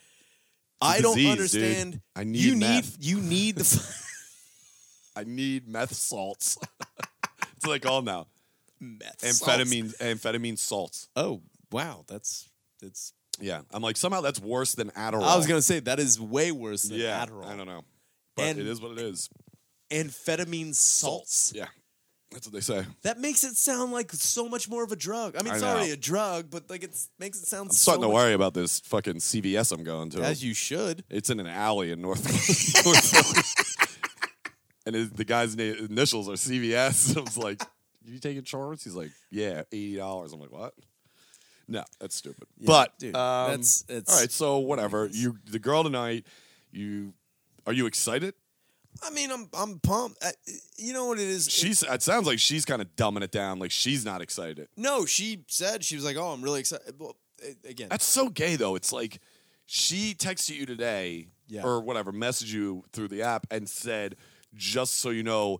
I
disease,
don't
dude.
understand.
I need
you
meth.
need you need the. fu-
I need meth salts. it's like all now.
meth salts.
Amphetamine amphetamine salts.
Oh wow, that's that's.
Yeah. I'm like somehow that's worse than Adderall.
I was gonna say that is way worse than
yeah,
Adderall.
I don't know. But
And-
it is what it is.
Amphetamine salts.
Yeah. That's what they say. I'm
That makes it sound like so much more of a drug. I mean,
I
it's
know.
already a drug, but like it makes it sound.
starting
so
to
much-
worry about this fucking CVS I'm going to.
As you should.
It's in an alley in North. North Philly. and it, the guy's na- initials are CVS. I was like, "You taking insurance?" He's like, "Yeah, eighty dollars." I'm like, "What?" No, that's stupid. but
dude,
um,
that's- it's-
all right. So whatever. You the girl tonight. You are you excited?
I mean, I'm I'm pumped. I, you know what it is?
She's. It sounds like she's kind of dumbing it down. Like she's not excited.
No, she said she was like, "Oh, I'm really excited." Well, a- again,
That's so gay though. It's like she texted you today
Yeah.
or whatever, messaged you through the app and said, just so you know,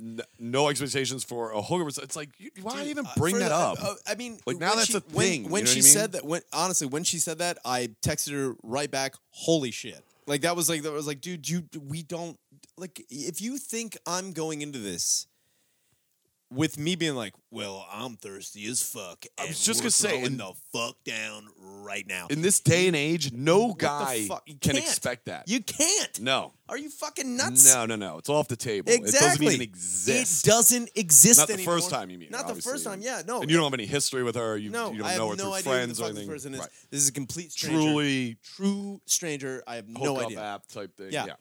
n- no expectations for a hooker. It's like, you, why
dude,
even
uh,
bring
for
that
the-
up?
uh, I mean,
Like, now
when
that's
she,
a
when-
thing,
When,
you know what
she
I mean?
said that, when honestly, when she said that, I texted her right back. Holy shit! Like that was like that was like, dude, you we don't like if you think I'm going into this. With me being like, well, I'm thirsty as fuck.
I
and
was just
we're
gonna say,
throwing
and-
the fuck down right now.
In this day and age, no
the
guy
fuck? You
can
can't.
expect that.
You can't.
no.
Are you fucking nuts?
No, no, no. It's off the table. It doesn't
Exactly.
even exist.
It doesn't exist
Not the
anymore.
first time you meet her,
Not the
obviously.
first time. Yeah. No.
and you don't have any history with her. You,
no.
you don't
I have
know her
no
through
idea
friends
who the
or
fuck this
anything.
person is.
Right.
This is a complete stranger.
Truly
True stranger. I have no
hook up
idea.
app type thing.
Yeah.
yeah.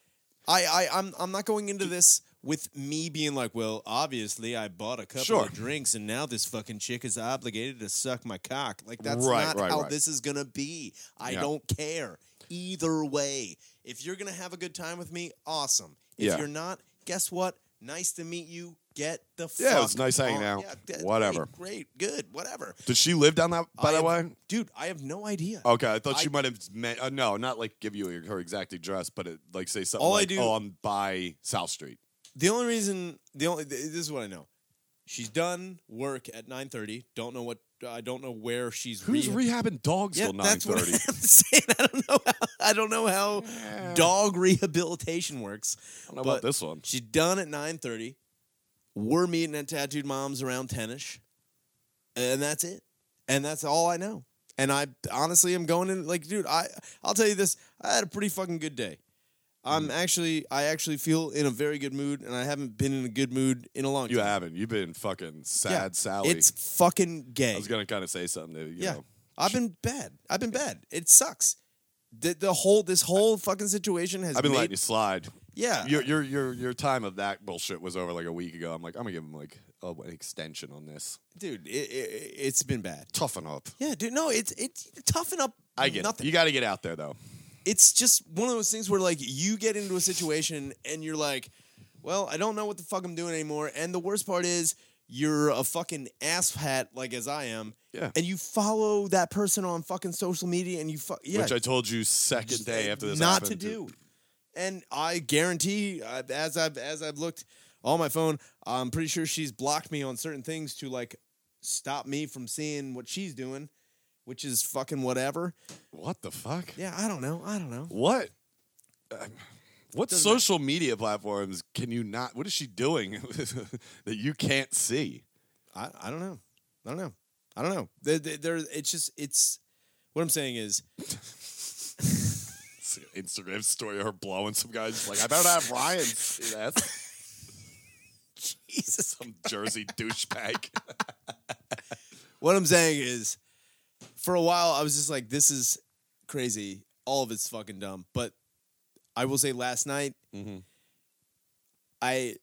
I, I I'm I'm not going into this with me being like, well, obviously I bought a couple
Sure.
of drinks and now this fucking chick is obligated to suck my cock. Like that's
Right,
not
right,
how
right.
this is gonna be. I
Yeah.
don't care. Either way. If you're gonna have a good time with me, awesome. If
Yeah.
you're not, guess what? Nice to meet you. Get the fuck
Yeah, it was nice hanging
on-
out.
Yeah, d-
Whatever.
Great, good, whatever.
Did she live down that by
I
the
have-
way?
Dude, I have no idea.
Okay, I thought
I-
she might have meant uh, no, not like give you her exact address, but it, like say something
All I
like,
do-
"Oh, I'm by South Street."
The only reason, the only th- this is what I know. She's done work at nine thirty. Don't know what. I don't know where she's.
Who's
rehab-
rehabbing dogs
Yeah,
till nine
that's what
thirty?
I'm saying. I don't know. How, I don't know how dog rehabilitation works.
I don't know about
but
this one.
She's done at nine thirty. We're meeting at Tattooed Moms around tenish, and that's it. And that's all I know. And I honestly am going in like, dude. I I'll tell you this. I had a pretty fucking good day.
Mm-hmm.
I'm actually I actually feel in a very good mood, and I haven't been in a good mood in a long
You
time.
haven't. You've been fucking sad,
Yeah,
Sally.
It's fucking gay.
I was gonna kind of say something. To, you
yeah,
know.
I've been bad. I've been bad. It sucks. The, the whole this whole fucking situation has
I've been
made,
letting you slide.
yeah
Your, your your your time of that bullshit was over like a week ago. I'm like, I'm gonna give him like a, an extension on this.
dude it, it, it's been bad
Toughen up.
yeah dude no it's it's toughen up
I get
nothing
it. You got to get out there though.
it's just one of those things where like you get into a situation and you're like, well, I don't know what the fuck I'm doing anymore. And the worst part is you're a fucking asshat like as I am.
Yeah.
And you follow that person on fucking social media and you fuck yeah.
Which I told you second day after this
not to
happened,
do. And I guarantee, uh, as I've as I've looked on my phone, I'm pretty sure she's blocked me on certain things to like stop me from seeing what she's doing, which is fucking whatever.
What the fuck?
Yeah, I don't know. I don't know.
What? Um, what
Doesn't matter.
social media platforms can you not? What is she doing that you can't see?
I, I don't know. I don't know. I don't know. There, there, there- it's just, it's, what I'm saying is,
It's an Instagram story of her blowing some guys. Like I better have Ryan see that.
Jesus.
Some Jersey douchebag.
What I'm saying is, for a while, I was just like, this is crazy. All of it's fucking dumb. But I will say, last night,
Mhm.
I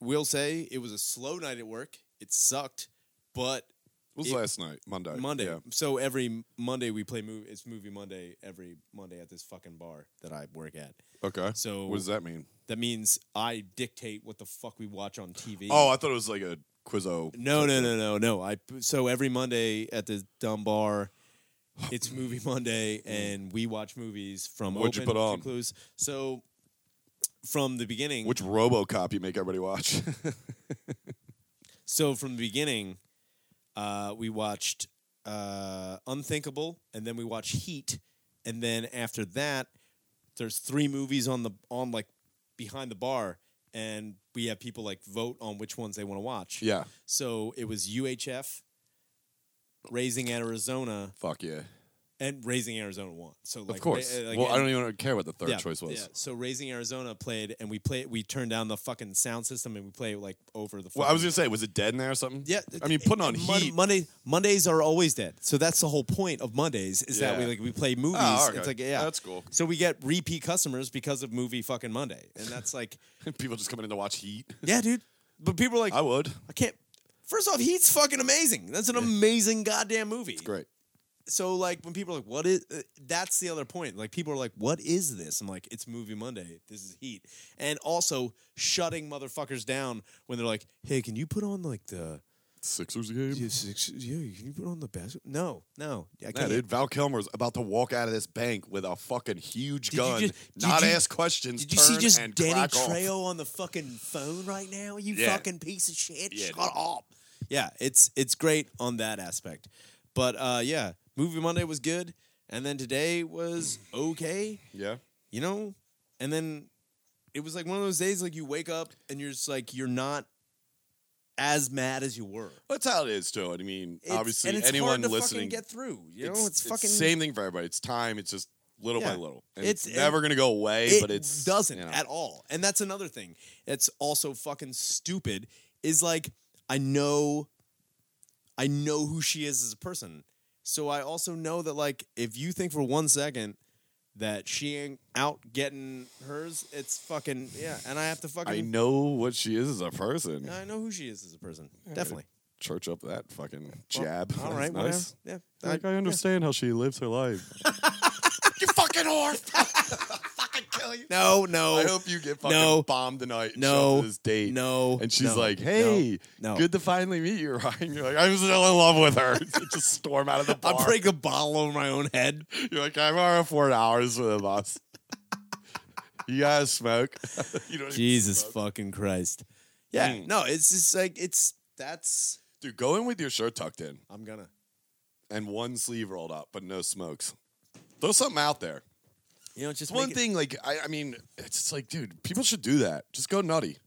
will say it was a slow night at work. It sucked, but
What was
It-
last night? Monday.
Monday.
Uh, Yeah.
So every Monday we play movie. It's movie Monday every Monday at this fucking bar that I work at.
Okay.
So
what does that mean?
That means I dictate what the fuck we watch on TV.
Oh, I thought it was like a quizzo.
no, no, no, no, no. I so every Monday at the dumb bar, it's movie Monday, and we watch movies from
What'd you
open
put
to
on?
close. So from the beginning,
Which RoboCop you make everybody watch?
so from the beginning, uh, we watched uh, Unthinkable, and then we watched Heat, and then after that, there's three movies on the on like behind the bar, and we have people like vote on which ones they want to watch.
yeah.
So it was UHF, Raising Arizona,
Fuck yeah.
and Raising Arizona one. So like,
of course.
ra- uh, like-
well, I don't even care what the third
yeah,
choice was.
Yeah. So Raising Arizona played, and we play. We turned down the fucking sound system, and we play it like over the.
Well, I was
fucking-
gonna say, was it dead in there or something?
Yeah,
I mean, putting on
Mon-
heat.
Monday Mondays are always dead. So that's the whole point of Mondays is that we
Yeah.
like we play movies.
Oh, okay.
It's like yeah,
That's cool.
So we get repeat customers because of movie fucking Monday, and that's like
People just coming in to watch Heat.
yeah, dude. But people are like,
I would.
I can't. First off, Heat's fucking amazing. That's an amazing goddamn movie.
Great.
So like when people are like, "What is?" uh, That's the other point. Like people are like, "What is this?" I'm like, "It's Movie Monday. This is Heat." And also shutting motherfuckers down when they're like, "Hey, can you put on like the
Sixers game.
yeah, six, yeah can you put on the basketball?" No, no, I
Yeah,
can't.
dude. Val Kilmer's about to walk out of this bank with a fucking huge
Did you
gun.
just- did
not
you-
ask questions.
Did you see
turn
just
and
Danny
crack off.
Trejo on the fucking phone right now? You
Yeah.
fucking piece of shit!
Yeah,
Shut
dude.
up. Yeah, it's it's great on that aspect, but uh, yeah, Movie Monday was good, and then today was okay.
Yeah.
you know and then it was like one of those days like you wake up and you're just like you're not as mad as you were.
That's how it is, too. I mean,
It's-
obviously,
and it's
anyone
hard to
listening,
fucking get through. You know, it's,
it's
fucking
same thing for everybody. It's time. It's just little by
Yeah.
little. And
It's-
it's, never gonna go away.
it
but it's
doesn't
you know.
at all. And that's another thing. That's also fucking stupid. Is like I know, I know who she is as a person. So I also know that like if you think for one second that she ain't out getting hers, it's fucking yeah. And I have to fucking
I know what she is as a person.
I know who she is as a person. Definitely.
Church up that fucking jab.
All
That's
right. whatever.
nice.
Yeah. I-
Like, I understand how she lives her life. you fucking whore! fucking kill you!
no. No.
I hope you get fucking
No.
bombed tonight. and
No.
shoved to this date.
No.
And she's
no,
like,
no,
"Hey,
no.
good to finally meet you, Ryan." You're like, "I'm still in love with her." Just storm out of the bar.
I break a bottle over my own head.
You're like, "I'm already four hours with the boss." you guys smoke. you know,
Jesus fucking Christ. Yeah.
Mm.
No, it's just like it's that's
dude, go in with your shirt tucked in
I'm gonna.
and one sleeve rolled up, but no smokes. Throw something out there.
You know, just
It's one
make it-
thing, like I, I mean, it's just like, dude, people should do that. Just go nutty.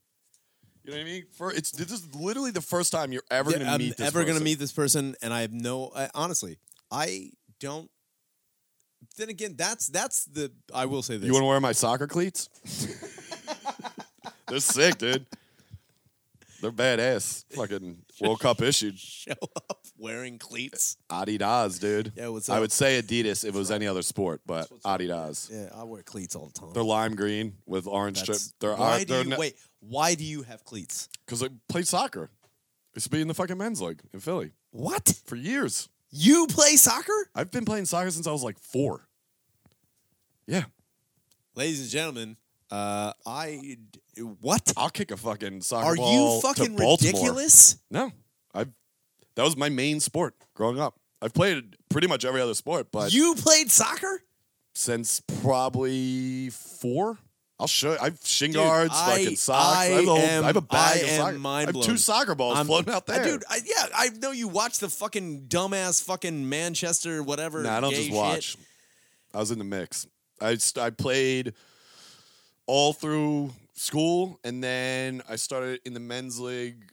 You know what I mean? For it's this is literally the first time you're ever
Yeah,
gonna
I'm
meet this
ever gonna
person.
meet this person, and I have no. I, honestly, I don't. Then again, that's that's the. I will say this.
You want to wear my soccer cleats? They're sick, dude. They're badass. Fucking World Cup issued.
show up wearing cleats?
Adidas, dude.
Yeah, what's
I
up?
would say Adidas if it was any other sport, but Adidas.
Yeah, I wear cleats all the time.
They're lime green with orange strip.
That's-
They're
why do
they're
you, wait? Why do you have cleats?
because they played soccer. It's been in the fucking men's league in Philly
What?
for years.
You play soccer?
I've been playing soccer since I was like four. Yeah,
Ladies and gentlemen, uh, I what?
I'll kick a fucking soccer
Are
ball
you
to
fucking
Baltimore.
ridiculous?
No, I. That was my main sport growing up. I've played pretty much every other sport, but
You played soccer?
since probably four, I'll show. you. I've shin
Dude,
guards,
I-
fucking socks. I, have a whole,
am-
I have a bag
I
of
am
soccer.
mind
I have
blown.
two soccer balls
I'm-
floating out there.
Uh, dude. I, yeah, I know you watch the fucking dumbass fucking Manchester whatever.
No, I don't
gay
just
shit.
watch. I was in the mix. I st- I played all through school, and then I started in the men's league.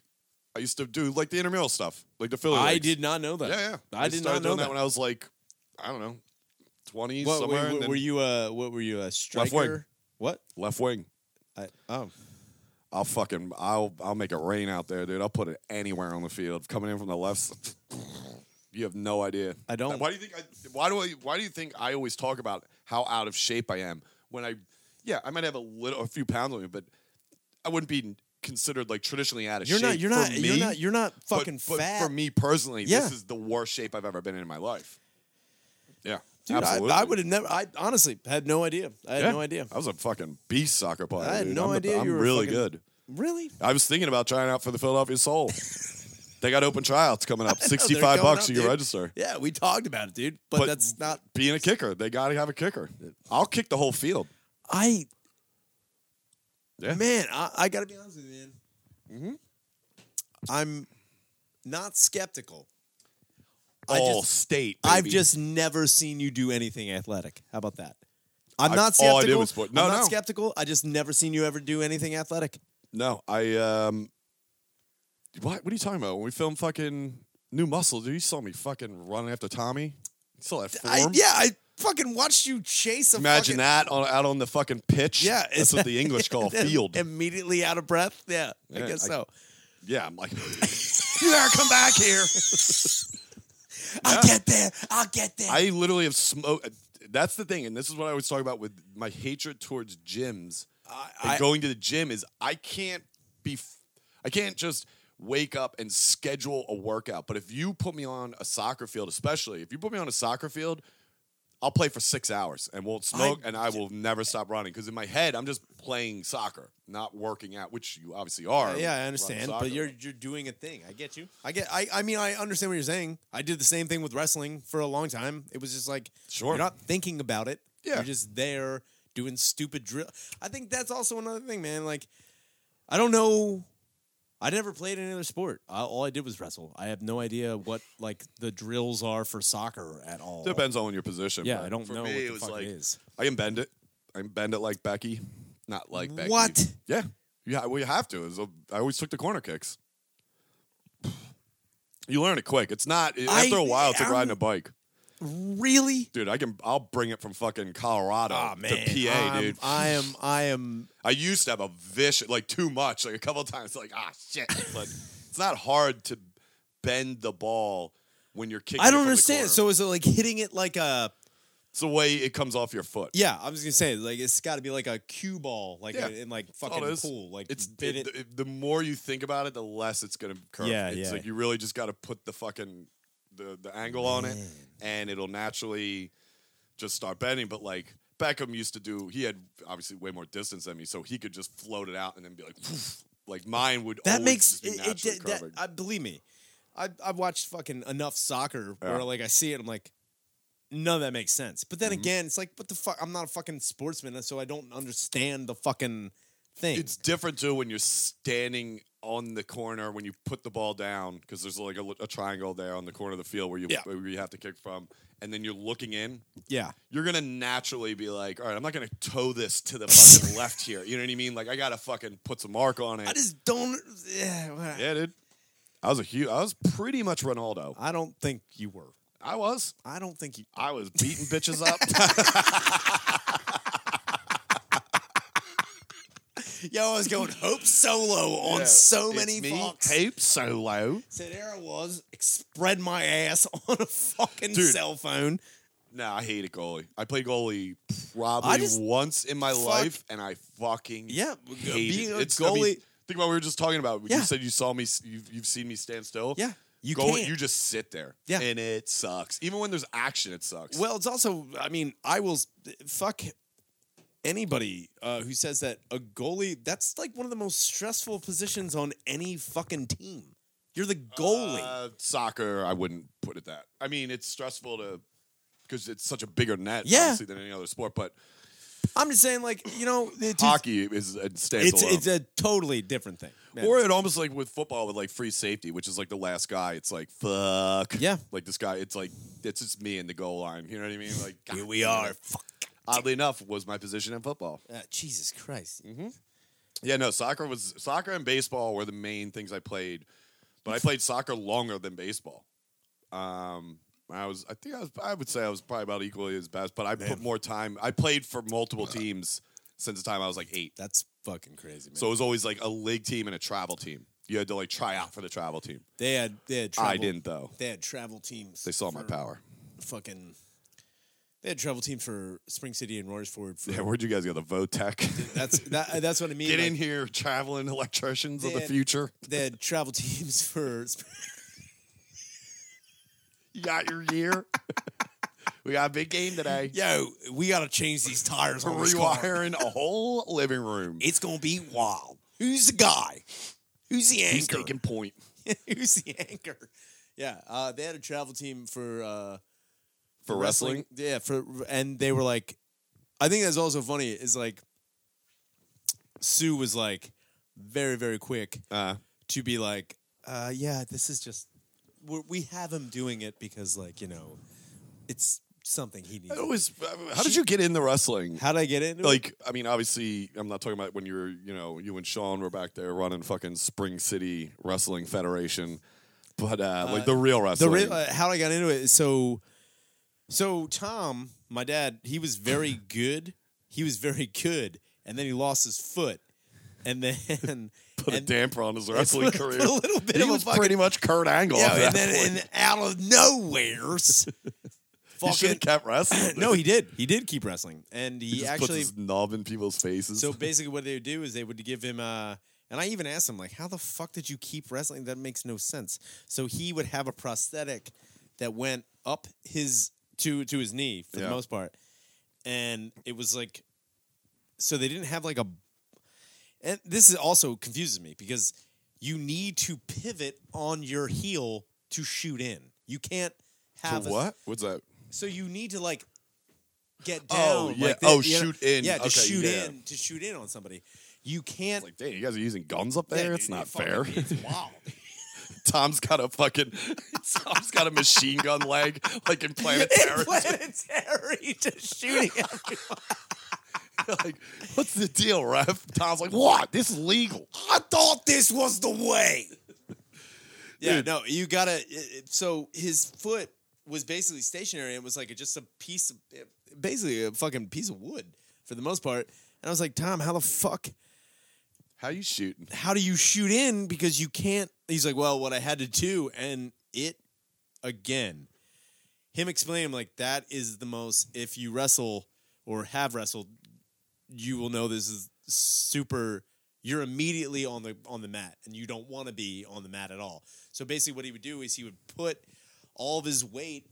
I used to do like the intramural stuff, like the Philly.
I
leagues.
did not know that.
Yeah, yeah.
I, did
started
not know
doing
that.
when I was like, I don't know, twenty
What,
somewhere.
were,
and then
were you a what were you a striker? What?
left wing?
I, oh,
I'll fucking I'll I'll make it rain out there, dude. I'll put it anywhere on the field. Coming in from the left, s- you have no idea.
I don't.
Oh, Why do you think? I, why do I? Why do you think I always talk about how out of shape I am when I? Yeah, I might have a little, a few pounds on me, but I wouldn't be considered like traditionally out of
you're
shape.
not. You're
for
not. you're
me,
not. You're not
but-
fucking
but
fat.
For me personally,
Yeah.
this is the worst shape I've ever been in in my life. Yeah,
Dude, I-
absolutely.
I, would have never. I honestly had no idea. I had
Yeah. Uh,
no idea.
I was a fucking beast soccer player.
I had
dude.
no
I'm the-
idea
I'm
you were
really
fucking-
good.
Really?
I was thinking about trying out for the Philadelphia Soul. they got open tryouts coming up.
they're
Sixty-five
going
bucks
up,
you can
dude.
register.
Yeah, we talked about it, dude. But,
But-
that's not.
Being a kicker, they got to have a kicker. I'll kick the whole field.
I.
Yeah.
Man, I, I gotta be honest with you, man.
Mm-hmm.
I'm not skeptical. I
All
just-
state.
I've
baby.
just never seen you do anything athletic. How about that? I'm
I-
not
all
skeptical.
I did was put- no,
I'm not
no.
skeptical. I just never seen you ever do anything athletic.
no. I um. What? What are you talking about? When we filmed fucking New Muscle, dude, you saw me fucking running after Tommy. You saw that form.
I, yeah, I fucking watched you chase a
Imagine
fucking,
that on, out on the fucking pitch.
Yeah,
that's what the English call a field.
Immediately out of breath. Yeah, I
Yeah,
guess
I-
so.
Yeah, I'm like, you gotta come back here.
I'll get there. I'll get there.
I literally have smoked. That's the thing, and this is what I always talk about with my hatred towards gyms. and
I-
going to the gym is I can't be, f- I can't just wake up and schedule a workout. But if you put me on a soccer field, especially if you put me on a soccer field, I'll play for six hours and won't smoke, and I will never stop running because in my head I'm just playing soccer, not working out, which you obviously are.
Uh, yeah, I
running
understand,
soccer.
but you're you're doing a thing. I get you. I get. I, I mean, I understand what you're saying. I did the same thing with wrestling for a long time. It was just like
Sure.
you're not thinking about it.
Yeah.
you're just there doing stupid drill. I think that's also another thing, man. Like, I don't know. I never played any other sport. I, all I did was wrestle. I have no idea what like the drills are for soccer at all.
depends on your position.
Yeah,
but
I don't
for
know
me,
what the
it was
fuck
like,
it is.
I can bend it. I can bend it like Becky, not like Becky.
What?
Yeah, yeah. Well, you have to. It was a- I always took the corner kicks. You learn it quick. It's not it-
I-
after a while. It's like
I'm-
riding a bike,
Really?
dude. I can. I'll bring it from fucking Colorado
Ah
to PA,
I'm-
dude.
I am. I am.
I used to have a vicious, like too much, like a couple times, like ah shit. But it's not hard to bend the ball when you're kicking.
I
it
don't
from the
understand.
corner.
So is it like hitting it like a?
it's the way it comes off your foot.
Yeah, I was gonna say like it's got to be like a cue ball, like
Yeah.
a, in like
all
fucking
it is.
pool, like
It's
bit
it-
it-
the- the more you think about it, the less it's gonna curve.
Yeah,
it's
yeah.
like you really just got to put the fucking the the angle on it, and it'll naturally just start bending. But like Beckham used to do, he had obviously way more distance than me, so he could just float it out and then be like, "Poof." like mine would.
that
always
makes
just be
it, it,
naturally
did- that,
curving.
I believe me. I I've watched fucking enough soccer where
Yeah. Mm-hmm.
like I see it, I'm like, none of that makes sense. But then again, it's like, what the fuck? I'm not a fucking sportsman, so I don't understand the fucking thing.
It's different too when you're standing on the corner when you put the ball down because there's like a, li- a triangle there on the corner of the field where you
Yeah.
where you have to kick from, and then you're looking in.
yeah,
You're gonna naturally be like, all right, I'm not gonna toe this to the fucking left here. You know what I mean? Like I gotta fucking put some mark on it.
I just don't. Yeah, well,
yeah, dude. I was a huge. I was pretty much Ronaldo.
I don't think you were.
I was.
I don't think you.
I was beating bitches up.
Yo, I was going Hope Solo on
Yeah,
so
it's
many
me,
Fox.
Hope solo.
So there I was, spread my ass on a fucking
Dude.
cell phone.
Nah, I hate a goalie. I played goalie probably
I just-
once in my
Fuck.
life, and I fucking
Yeah,
hate
being
it.
a
It's- I mean,
goalie.
think about what we were just talking about. You
Yeah.
said you saw me. s- You've, you've seen me stand still.
yeah, you
Goalie-
can't.
You just sit there.
Yeah.
and it sucks. Even when there's action, it sucks.
Well, it's also, I mean, I will s- fuck anybody uh, who says that a goalie, that's like one of the most stressful positions on any fucking team. You're the goalie.
Uh, soccer, I wouldn't put it that. I mean, it's stressful to because it's such a bigger net,
Yeah.
obviously, than any other sport. But
I'm just saying, like, you know, it's,
hockey is it stands
it's,
alone.
it's a totally different thing. man.
Or it almost like with football with like free safety, which is like the last guy. It's like fuck.
Yeah.
Like this guy, it's like it's just me and the goal line. You know what I mean? Like
here
God
we
damn
are.
it.
Fuck.
Oddly enough, was my position in football.
Uh, Jesus Christ.
Yeah, no, soccer was soccer and baseball were the main things I played, but I played soccer longer than baseball. Um, I was, I think I was, I would say I was probably about equally as bad, but I put more time. I played for multiple teams since the time I was like eight,
That's fucking crazy, man.
so it was always like a league team and a travel team. You had to like try out for the travel team.
they had, they had
I
travel-
didn't though.
They had travel teams.
They saw my
for
power.
Fucking. They had travel teams for Spring City and Royersford. For,
Yeah, where'd you guys go? The Votech.
that's that, that's what I mean.
Get
like,
in here, traveling electricians of the
Dad.
future.
They had travel teams for. Spring-
You got your year. we got a big game today.
Yo, we gotta change these tires on this car.
rewiring a whole living room.
It's gonna be wild. Who's the guy? Who's the anchor?
He's taking point.
Who's the anchor? Yeah, uh, they had a travel team for uh,
For wrestling?
Yeah, for and they were like, I think that's also funny. Is like, Sue was like, very very quick
Uh,
to be like, uh, yeah, this is just we're, we have him doing it because like you know, it's something he needs.
it was. How did you get into wrestling?
How did I get into it?
Like, I mean, obviously, I'm not talking about when you were, you know, you and Sean were back there running fucking Spring City Wrestling Federation, but uh, like the real
the
wrestling.
real, uh, how I got into it is so so Tom, my dad, he was very good. He was very good, and then he lost his foot, and then
put a
and-
damper on his wrestling
put-
career.
put a little bit
he
of a
was
fucking-
pretty much Kurt Angle.
yeah,
at
and
that
then
point.
and out of nowhere's
he should
fucking
have kept wrestling.
no, he did. He did keep wrestling, and he,
He just puts
actually.
his knob in people's faces.
So basically, what they would do is they would give him. Uh, and I even asked him like, "How the fuck did you keep wrestling? That makes no sense." So he would have a prosthetic that went up his to to his knee for
Yeah.
the most part, and it was like, so they didn't have like a. And this is also confuses me because you need to pivot on your heel to shoot in. You can't
To
have a-
what? What's that?
so you need to like get down.
Oh, yeah.
like
Oh,
you know?
shoot in.
Yeah, to
Okay,
shoot
yeah.
in to shoot in on somebody. You can't.
Like, damn, you guys are using guns up there.
Yeah,
it's
dude,
not
it
fair.
fucking- It's wild.
Tom's got a fucking Tom's got a machine gun leg, like in Planet Terror.
Planetary just shooting.
like, what's the deal, ref? Tom's like, what? This is legal.
I thought this was the way. Yeah,
Dude.
no, you gotta. It, it- so his foot was basically stationary and was like just a piece of, basically a fucking piece of wood for the most part. And I was like, Tom, how the fuck?
How you shooting?
How do you shoot in? Because you can't. He's like, well, what I had to do, and it again. Him explaining like that is the most. If you wrestle or have wrestled, you will know this is super you're immediately on the on the mat and you don't want to be on the mat at all so basically what he would do is he would put all of his weight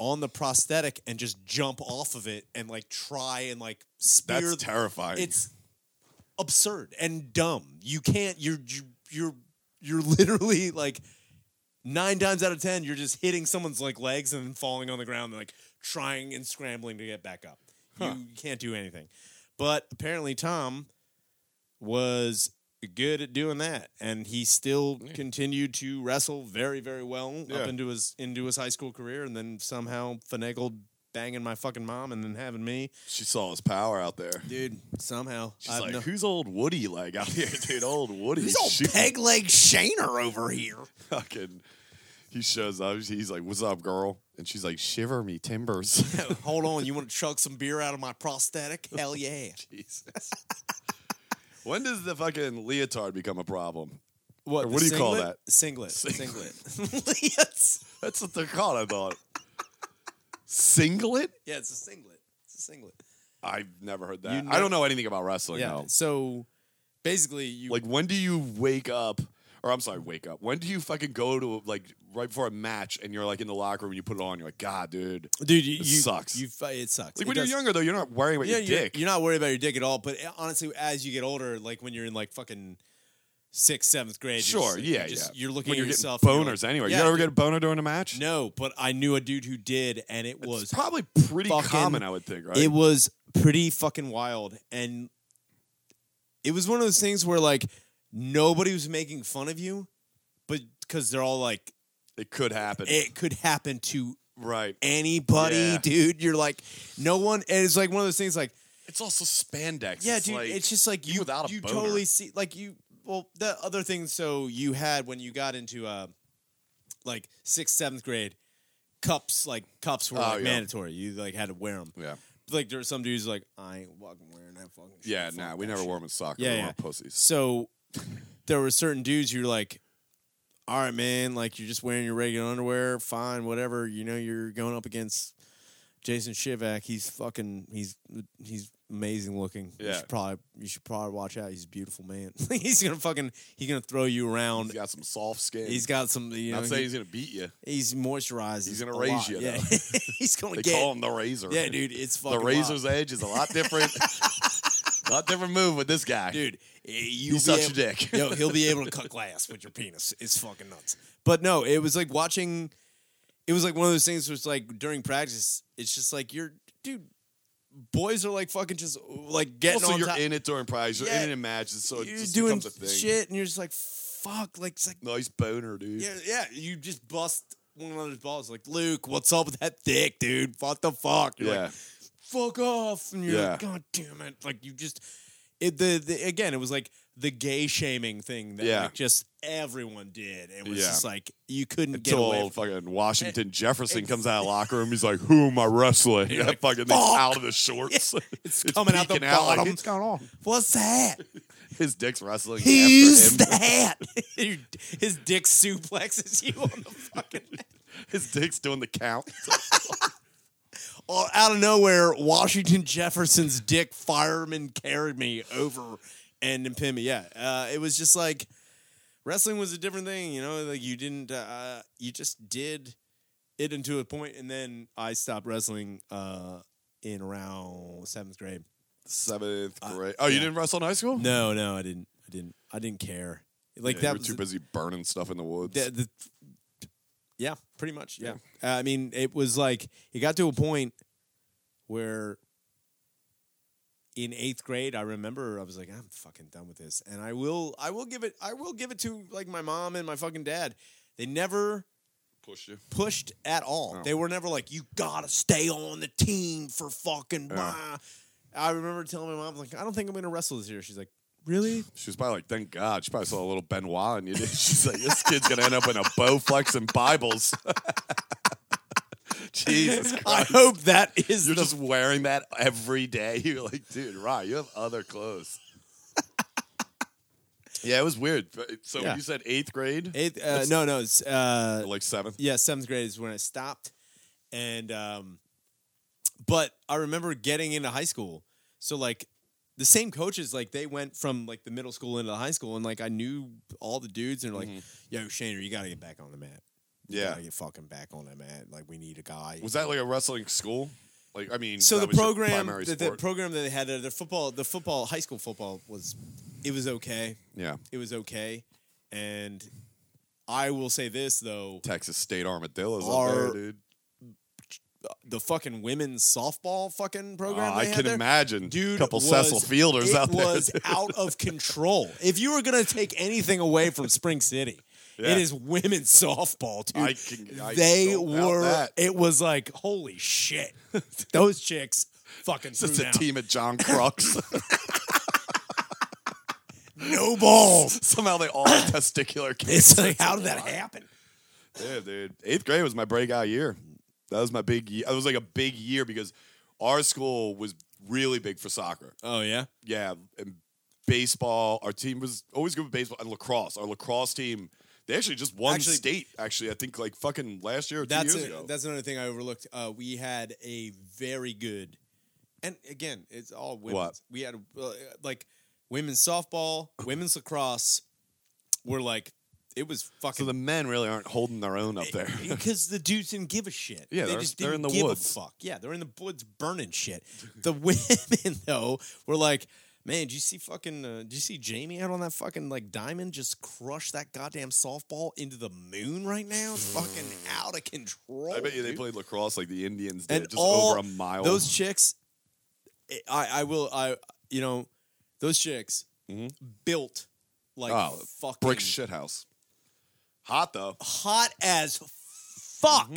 on the prosthetic and just jump off of it and like try and like spear
That's terrifying.
it's absurd and dumb you can't you're you, you're you're literally like nine times out of ten you're just hitting someone's like legs and then falling on the ground and like trying and scrambling to get back up you can't do anything but apparently tom was good at doing that and he still continued to wrestle very very well
Yeah.
up into his into his high school career and then somehow finagled banging my fucking mom and then having me
she saw his power out there.
dude somehow
She's
I've
like,
no-
who's old Woody like out here, dude? Old Woody.
Who's old
shoot-
peg leg Shaner over here?
fucking. He shows up. He's like, "What's up, girl?" And she's like, "Shiver me timbers."
Hold on, you want to chug some beer out of my prosthetic? Hell yeah!
Jesus. when does the fucking leotard become a problem?
What?
what do you call that?
Singlet.
Singlet.
Singlet. yes.
That's what they're called. I thought. Singlet?
Yeah, it's a singlet. It's a singlet.
I've never heard that.
You
I
know-
don't know anything about wrestling.
yeah.
though.
So basically, you
Oh, Like, when do you wake up? Or I'm sorry, wake up. When do you fucking go to like right before a match and you're like in the locker room and you put it on? You're like, God, dude.
dude, you,
It
you-
sucks.
You, fi- it sucks.
Like
It
when
does-
you're younger though, you're not worrying about
yeah,
your
you're,
dick.
you're not worried about your dick at all. But uh, honestly, as you get older, like when you're in like fucking sixth, seventh grade, you're
Sure,
just-
yeah,
you're just,
yeah.
You're looking
when
at
you're
yourself. and
getting
you're
boners
like,
anyway.
Yeah,
you ever get a boner during a match?
No, but I knew a dude who did, and it was
it's probably pretty
fucking-
common, I would think, right?
It was pretty fucking wild. And it was one of those things where like nobody was making fun of you, but because they're all like,
It could happen,
it could happen to
right?
anybody,
Yeah.
dude. You're like, no one. And it's like one of those things like,
It's also spandex.
yeah,
it's
dude,
Like,
it's just like
even
you,
without a
you
boner.
totally see, like you, well, the other thing, so you had when you got into uh, like sixth, seventh grade, cups, like cups were
Oh,
like
yeah.
mandatory. You like had to wear them.
yeah,
like there were some dudes like I ain't fucking wearing that fucking. Shit.
yeah.
Fuck
Nah, we
that
never
shit."
wore them in soccer.
Yeah,
we
yeah.
were pussies.
So there were certain dudes you're like, all right, man, like you're just wearing your regular underwear, fine, whatever. You know you're going up against Jason Shivak. He's fucking. He's he's amazing looking. You
Yeah.
should probably you should probably watch out. He's a beautiful man. he's gonna fucking he's gonna throw you around.
He's got some soft skin.
He's got some. You know,
not saying
he-
he's gonna beat you.
he's moisturized.
he's gonna
a
raise
lot.
you,
Yeah,
though.
he's gonna
They
get.
call him the razor.
yeah, dude, it's
The
fucking wild.
razor's edge is a lot different. a lot different move with this guy,
dude. eh, You
He sucks your dick.
yo, he'll be able to cut glass with your penis. It's fucking nuts. But no, it was like watching. It was like one of those things where it's like during practice, it's just like you're, dude. Boys are like fucking just like getting
Also,
on
you're
top.
in it during prize. You're
Yeah.
in it in matches, so it
you're
just
doing
becomes a thing.
shit, and you're just like, fuck, like it's like
Nice boner, dude.
yeah, yeah. You just bust one another's balls. Like Luke, what's up with that dick, dude? What the fuck? You're
yeah.
like, fuck off and you're like
Yeah.
god damn it like you just it the, the again it was like the gay shaming thing that
Yeah.
like just everyone did it was
Yeah.
just like you couldn't get
Until
away from Eh,
fucking Washington Jefferson comes out of the locker room, he's like, "Who am I wrestling?"
You're
That
like,
fucking thing's
"Fuck!"
out of the shorts.
Yeah, it's coming out the
peeking like,
bottom.
it's going on.
what's that
His dick's wrestling.
who's
after him.
that Your- his dick suplexes you on the fucking
His dick's doing the count.
Well, Uh, out of nowhere Washington Jefferson's dick fireman carried me over and pinned me yeah uh, it was just like wrestling was a different thing, you know. Like you didn't, uh, you just did it into a point, and then I stopped wrestling uh, in around seventh grade.
Seventh
Uh,
grade. oh, you
yeah.
didn't wrestle in high school?
No, no, I didn't. I didn't. I didn't care. Like
Yeah,
that
You were
was
too busy burning stuff in the woods.
the, the, yeah, pretty much. Yeah, Uh, I mean, it was like it got to a point where in eighth grade, I remember I was like, I'm fucking done with this, and I will, I will give it, I will give it to like my mom and my fucking dad. They never
Push you.
pushed at all.
Oh.
They were never like, you gotta stay on the team for fucking.
Yeah.
blah." I remember telling my mom like, I don't think I'm gonna wrestle this year. She's like, really?
She was probably like, "Thank God." She probably saw a little Benoit, and you did. She's like, "This kid's gonna end up in a Bowflex and Bibles." Jesus
I
Christ!
hope that is
You're
the-
just wearing that every day. You're like, dude, right? You have other clothes. yeah, it was weird. So
Yeah.
you said eighth grade,
Eighth- uh, no, no. It's, uh,
like seventh.
yeah, seventh grade is when I stopped, and um, but I remember getting into high school. So like the same coaches, like they went from like the middle school into the high school, and like I knew all the dudes, and they're like, "Yo, Shaner, you gotta get back on the mat. You
Mm-hmm. Yeah.
gotta get fucking back on the mat. Like we need a guy."
Was that like a wrestling school? Like, I mean,
so
that
the
was your
program
primary
the, the
sport.
program that they had there, their football the football high school football was it was okay
yeah,
it was okay and i will say this though
Texas State Armadillos up
Our
there, dude.
the fucking women's softball fucking program
Oh,
they
I
had
can
there,
imagine,
dude
Couple
was-
Cecil Fielders
it
out there.
was out of control if you were gonna take anything away from spring city
Yeah.
It is women's softball, dude.
I can- I
they
don't doubt
were.
that.
It was like holy shit. Those chicks fucking
It's just
threw
a
down.
team of John Crux.
No balls.
Somehow they all have testicular
It's
cancer.
like, how did that happen?
Yeah, dude. Eighth grade was my breakout year. That was my big year. It was like a big year because our school was really big for soccer.
Oh yeah,
Yeah, and baseball. Our team was always good with baseball and lacrosse. Our lacrosse team, they actually just won
Actually-
state. Actually, I think like fucking last year or two
that's
years
a-
ago.
that's another thing I overlooked. Uh, we had a very good, and again, it's all women.
What?
We had uh, like women's softball, women's lacrosse. Were like, it was
so
fucking
the men really aren't holding their own up there.
because the dudes didn't give a shit.
Yeah,
they
they're-
just
they're
didn't
in the
give
woods.
a fuck. Yeah, they're in the woods burning shit. The women though were like, man, did you see fucking? Uh, did you see Jamie out on that fucking like diamond? Just crush that goddamn softball into the moon right now. It's fucking out of control.
I bet you they
dude."
played lacrosse like the Indians did,
And
just
all
over a mile.
Those chicks, I I will I you know, those chicks
Mhm.
built like
Oh,
fucking
brick shithouse. Hot though.
hot as fuck.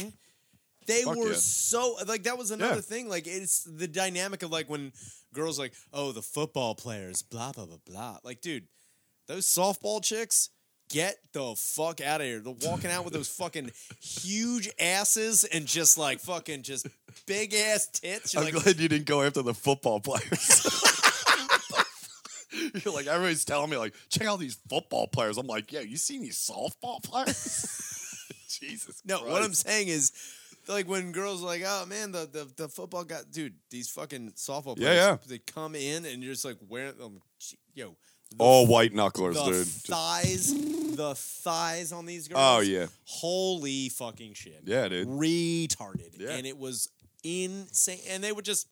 They
Mm-hmm. Fuck
were
yeah.
so like that was another
Yeah.
thing. Like it's the dynamic of like when girls like, oh, the football players, blah blah blah blah. Like, dude, those softball chicks. Get the fuck out of here. They're walking out with those fucking huge asses and just like fucking just big ass tits. You're
I'm
like,
glad you didn't go after the football players. You're like everybody's telling me like, check out these football players. I'm like, yeah, you seen these softball players? Jesus.
No, what I'm
Christ.
saying is, like when girls are like, oh man, the the, the football got dude, these fucking softball
Yeah,
players,
yeah.
they come in and you're just like, where, um, gee, yo, the,
all white knucklers,
the
dude. Just-
thighs, the thighs on these girls.
oh yeah,
holy fucking shit,
yeah,
Mm-hmm.
dude.
retarded,
Yeah.
and it was insane, and they were just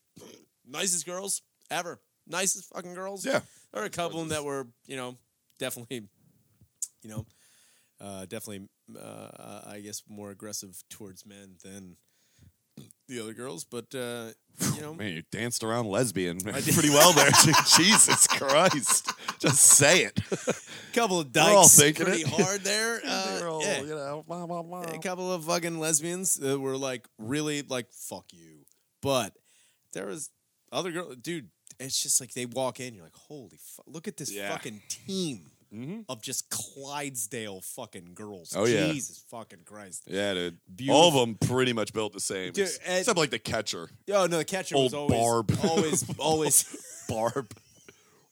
nicest girls ever, nicest fucking girls.
Yeah.
there were a couple of them that were, you know, definitely, you know, uh, definitely, uh, I guess, more aggressive towards men than the other girls. But uh, you know,
Man, you danced around lesbian
did.
pretty well there. dude. Jesus Christ. Just say it.
a couple of
all
dykes
thinking
pretty
it.
hard there.
They were
Uh,
all,
yeah.
you know, wah, wah, wah.
A couple of fucking lesbians that were like really like fuck you, but there was other girl, dude. It's just like they walk in, you're like, holy fuck, look at this
Yeah.
fucking team
Mhm.
of just Clydesdale fucking girls.
Oh, yeah.
Jesus fucking Christ.
Yeah, dude.
Beautiful.
All of them pretty much built the same,
Dude,
ex-
and-
except like the catcher,
Oh no, the catcher was
Old
always
Barb.
always always
Barb.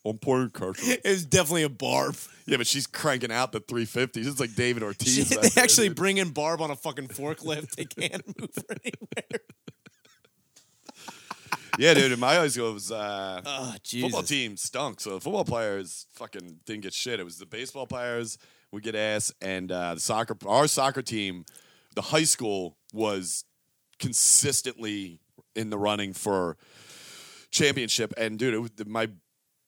On point catcher.
it was definitely a barb.
Yeah, but she's cranking out the 350s. It's like David Ortiz.
She-
back
they
there,
actually
dude.
bring in Barb on a fucking forklift. They can't move her anywhere.
yeah, dude. In my high school, it was uh,
Oh Jesus.
football team stunk. So the football players fucking didn't get shit. It was the baseball players would get ass, and uh, the soccer. Our soccer team, the high school was consistently in the running for championship. And dude, it, was- my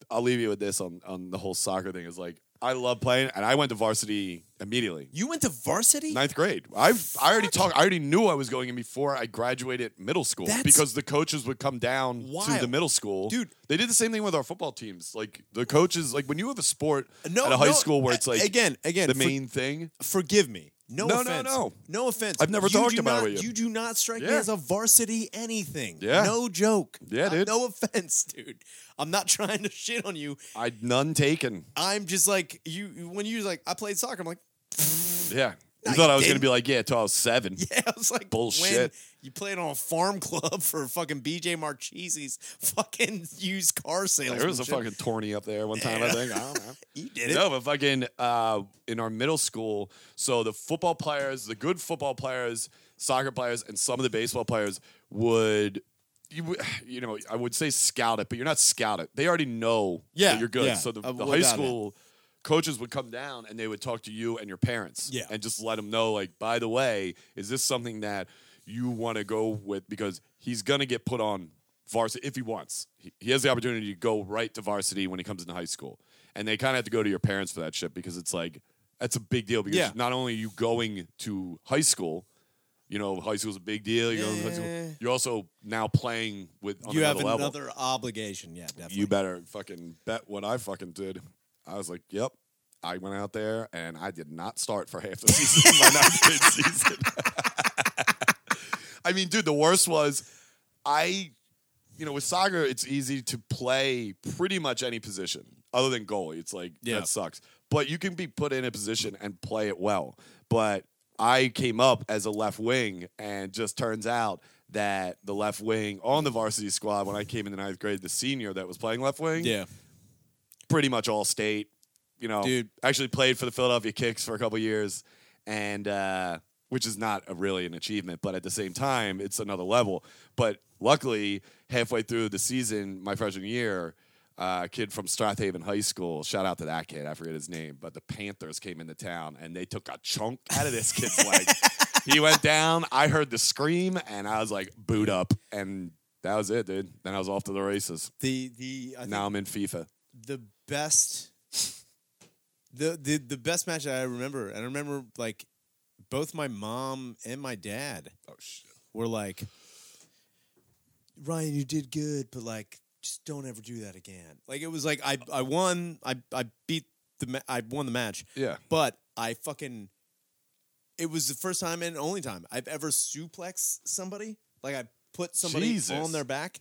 I'll leave you with this on on the whole soccer thing. Is like I love playing, and I went to varsity immediately.
You went to varsity?
Ninth grade. I I already talked. I already knew I was going in before I graduated middle school
That's
because the coaches would come down to the
wild.
middle school.
Dude.
they did the same thing with our football teams. Like the coaches, like when you have a sport
Uh, No,
at a high
no,
school where it's like
again, again,
the
for-
main thing.
forgive me. No,
No, no,
offense.
no.
No offense.
I've never
You do
talked about it
not-
with you.
You do not strike me
Yeah.
as a varsity anything.
Yeah.
No joke.
Yeah,
Uh,
dude.
No offense, dude. I'm not trying to shit on you.
I none taken.
I'm just like you when you was like I played soccer. I'm like,
Yeah. You
No,
thought
you
I was gonna
didn't.
be like, yeah, till I was seven.
yeah, I was like, When
Bullshit.
you played on a farm club for fucking BJ Marchese's fucking used car sales.
There was a fucking tourney up there one time, I think. I don't know.
You did it.
No, but fucking uh, in our middle school, so the football players, the good football players, soccer players, and some of the baseball players would. You, would- you know, I would say scout it, but you're not scout it. They already know
Yeah,
that you're good.
yeah,
So the, the
uh, without
high
it.
school coaches would come down and they would talk to you and your parents
Yeah.
and just let them know, like, by the way, is this something that you want to go with? Because he's going to get put on varsity if he wants. He, he has the opportunity to go right to varsity when he comes into high school. And they kind of have to go to your parents for that shit because it's like, that's a big deal because
Yeah.
not only are you going to high school, you know, high school's a big deal. You're, going to high
Yeah.
school, you're also now playing with on
you have
level.
another obligation. Yeah, definitely.
You better fucking bet what I fucking did. I was like, yep. I went out there and I did not start for half the season. of my ninth grade season. I mean, dude, the worst was I, you know, with soccer, it's easy to play pretty much any position other than goalie. It's like
Yeah.
that sucks, but you can be put in a position and play it well. But I came up as a left wing, and just turns out that the left wing on the varsity squad when I came in the ninth grade, the senior that was playing left wing,
Yeah.
pretty much all state. You know,
Dude.
actually played for the Philadelphia Kicks for a couple years, and uh, which is not a, really an achievement, but at the same time, it's another level. But luckily, halfway through the season, my freshman year, uh, a kid from Strathaven High School, shout out to that kid, I forget his name, but the Panthers came into town and they took a chunk out of this kid's leg. He went down. I heard the scream, and I was like, "Boot up!" And that was it, dude. Then I was off to the races.
The the I think
Now I'm in FIFA.
the best the, the the best match that I remember, and I remember like both my mom and my dad
Oh shit.
were like, Ryan, you did good, but like just don't ever do that again. Like it was like I I won, I I beat the ma- I won the match,
Yeah.
but I fucking it was the first time and only time I've ever suplexed somebody. Like I put somebody
Jesus.
on their back.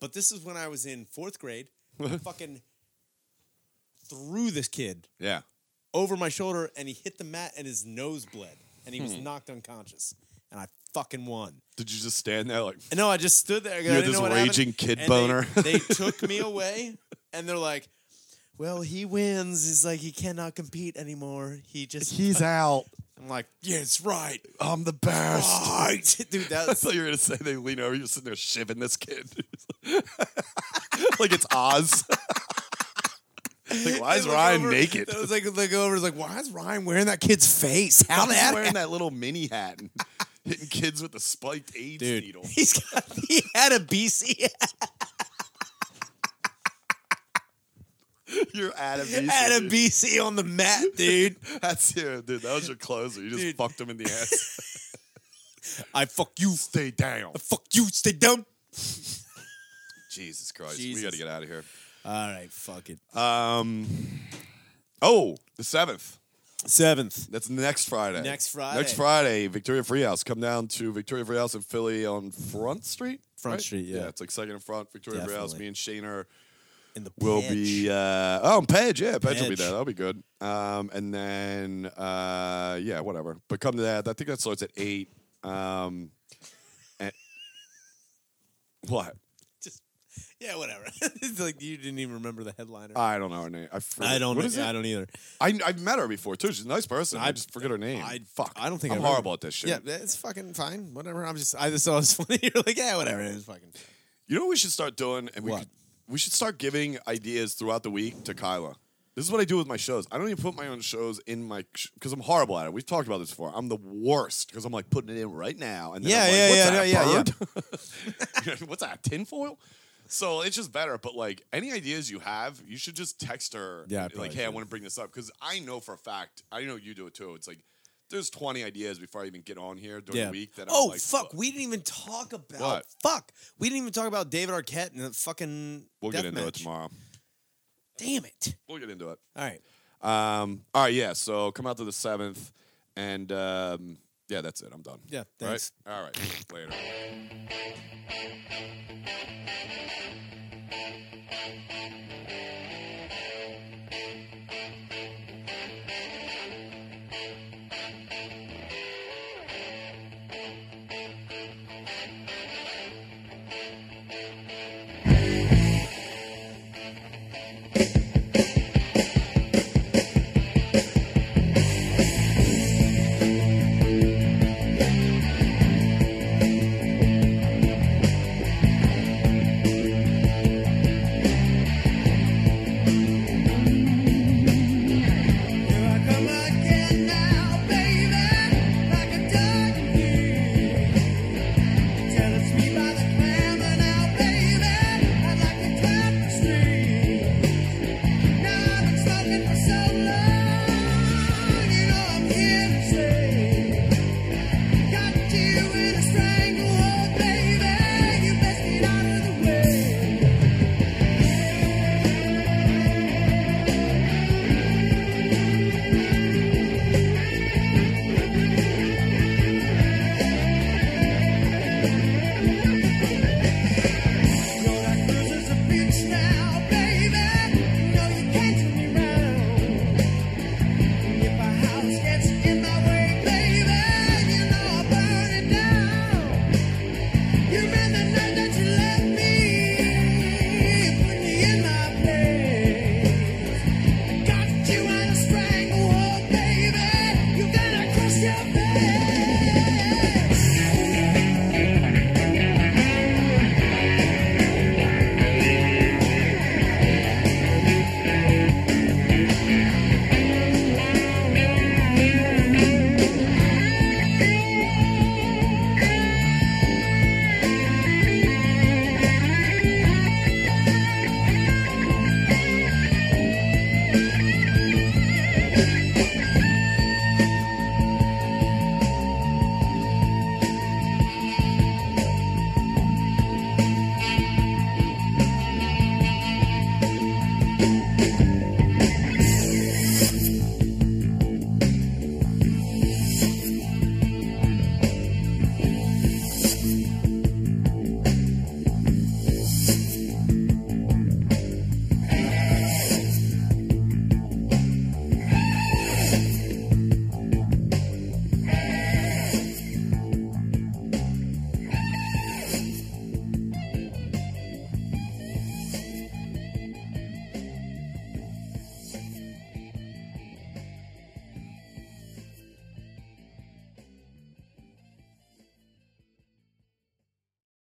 But this is when I was in fourth grade. I fucking threw this kid
Yeah.
over my shoulder and he hit the mat and his nose bled and he
Hmm.
was knocked unconscious. And I fucking won.
Did you just stand there like?
And no, I just stood there. You
had
I didn't
this
know what happened.
raging kid
And they-
boner.
They, took me away, and they're like, "Well, he wins. He's like he cannot compete anymore. He just
out.
I'm like, yeah, it's right,
I'm the best.
right, dude.
I
That's
thought you were gonna say they lean over. You're sitting there shivving this kid, like it's Oz. like why is
They look
Ryan
over-
naked?
It was like look over. It's like, why is Ryan wearing that kid's face? How
How
the
the
heck?
wearing that little mini hat and hitting kids with the spiked AIDS needle?
He's got. He had a BC.
You're Adam.
Had a BC on the mat, dude.
That's your dude. That was your closer. You just
Dude.
fucked him in the ass.
I fuck you.
Stay down.
Fuck you. Stay down.
Jesus Christ.
Jesus.
We got to get out of here.
All right. Fuck it.
Um. Oh, the seventh.
Seventh.
That's next Friday.
Next Friday.
Next Friday, Victoria Freehouse. Come down to Victoria Freehouse in Philly on Front Street.
Front Street, yeah.
it's like second and front. Victoria Freehouse.
Definitely.
Me and Shaner
In the
will be. Uh, oh, and Page. Yeah, Page will be
Page.
there. That'll be good. Um, and then uh, yeah, whatever. But come to that. I think that starts at eight. Um, and, what?
just yeah, whatever. it's like you didn't even remember the headliner.
I don't know her name. I, forget.
I
Uh,
don't.
What is
I
it?
don't either.
I I've met her before too. She's a nice person. I,
I-
just forget her name.
I
Fuck.
I don't think
I'm
I remember.
horrible at this shit.
Yeah, it's fucking fine. Whatever. I'm just. I just thought it was funny. You're like, yeah, whatever. It's fucking.
You know what we should start doing, and we
What?
could, we should start giving ideas throughout the week to Kyla. This is what I do with my shows. I don't even put my own shows in my because I'm horrible at it. We've talked about this before. I'm the worst because I'm like putting it in right now, and then
Yeah,
I'm
yeah,
like,
yeah,
what's that,
yeah, yeah,
bird? You know, what's that tinfoil? So it's just better. But like any ideas you have, you should just text her.
Yeah, I
like
probably
hey, I
should.
want to bring this up because I know for a fact. I know you do it too. It's like there's 20 ideas before I even get on here during
Yeah.
the week. That
oh
I'm like,
fuck! We didn't even talk about.
What?
Fuck! We didn't even talk about David Arquette and the fucking.
we'll get
death
into it
match.
tomorrow.
Damn it!
We'll get into it.
All right.
Um, all right, yeah. So come out to the seventh. And um, yeah, that's it. I'm done.
Yeah,
All right?
thanks.
All right. Later.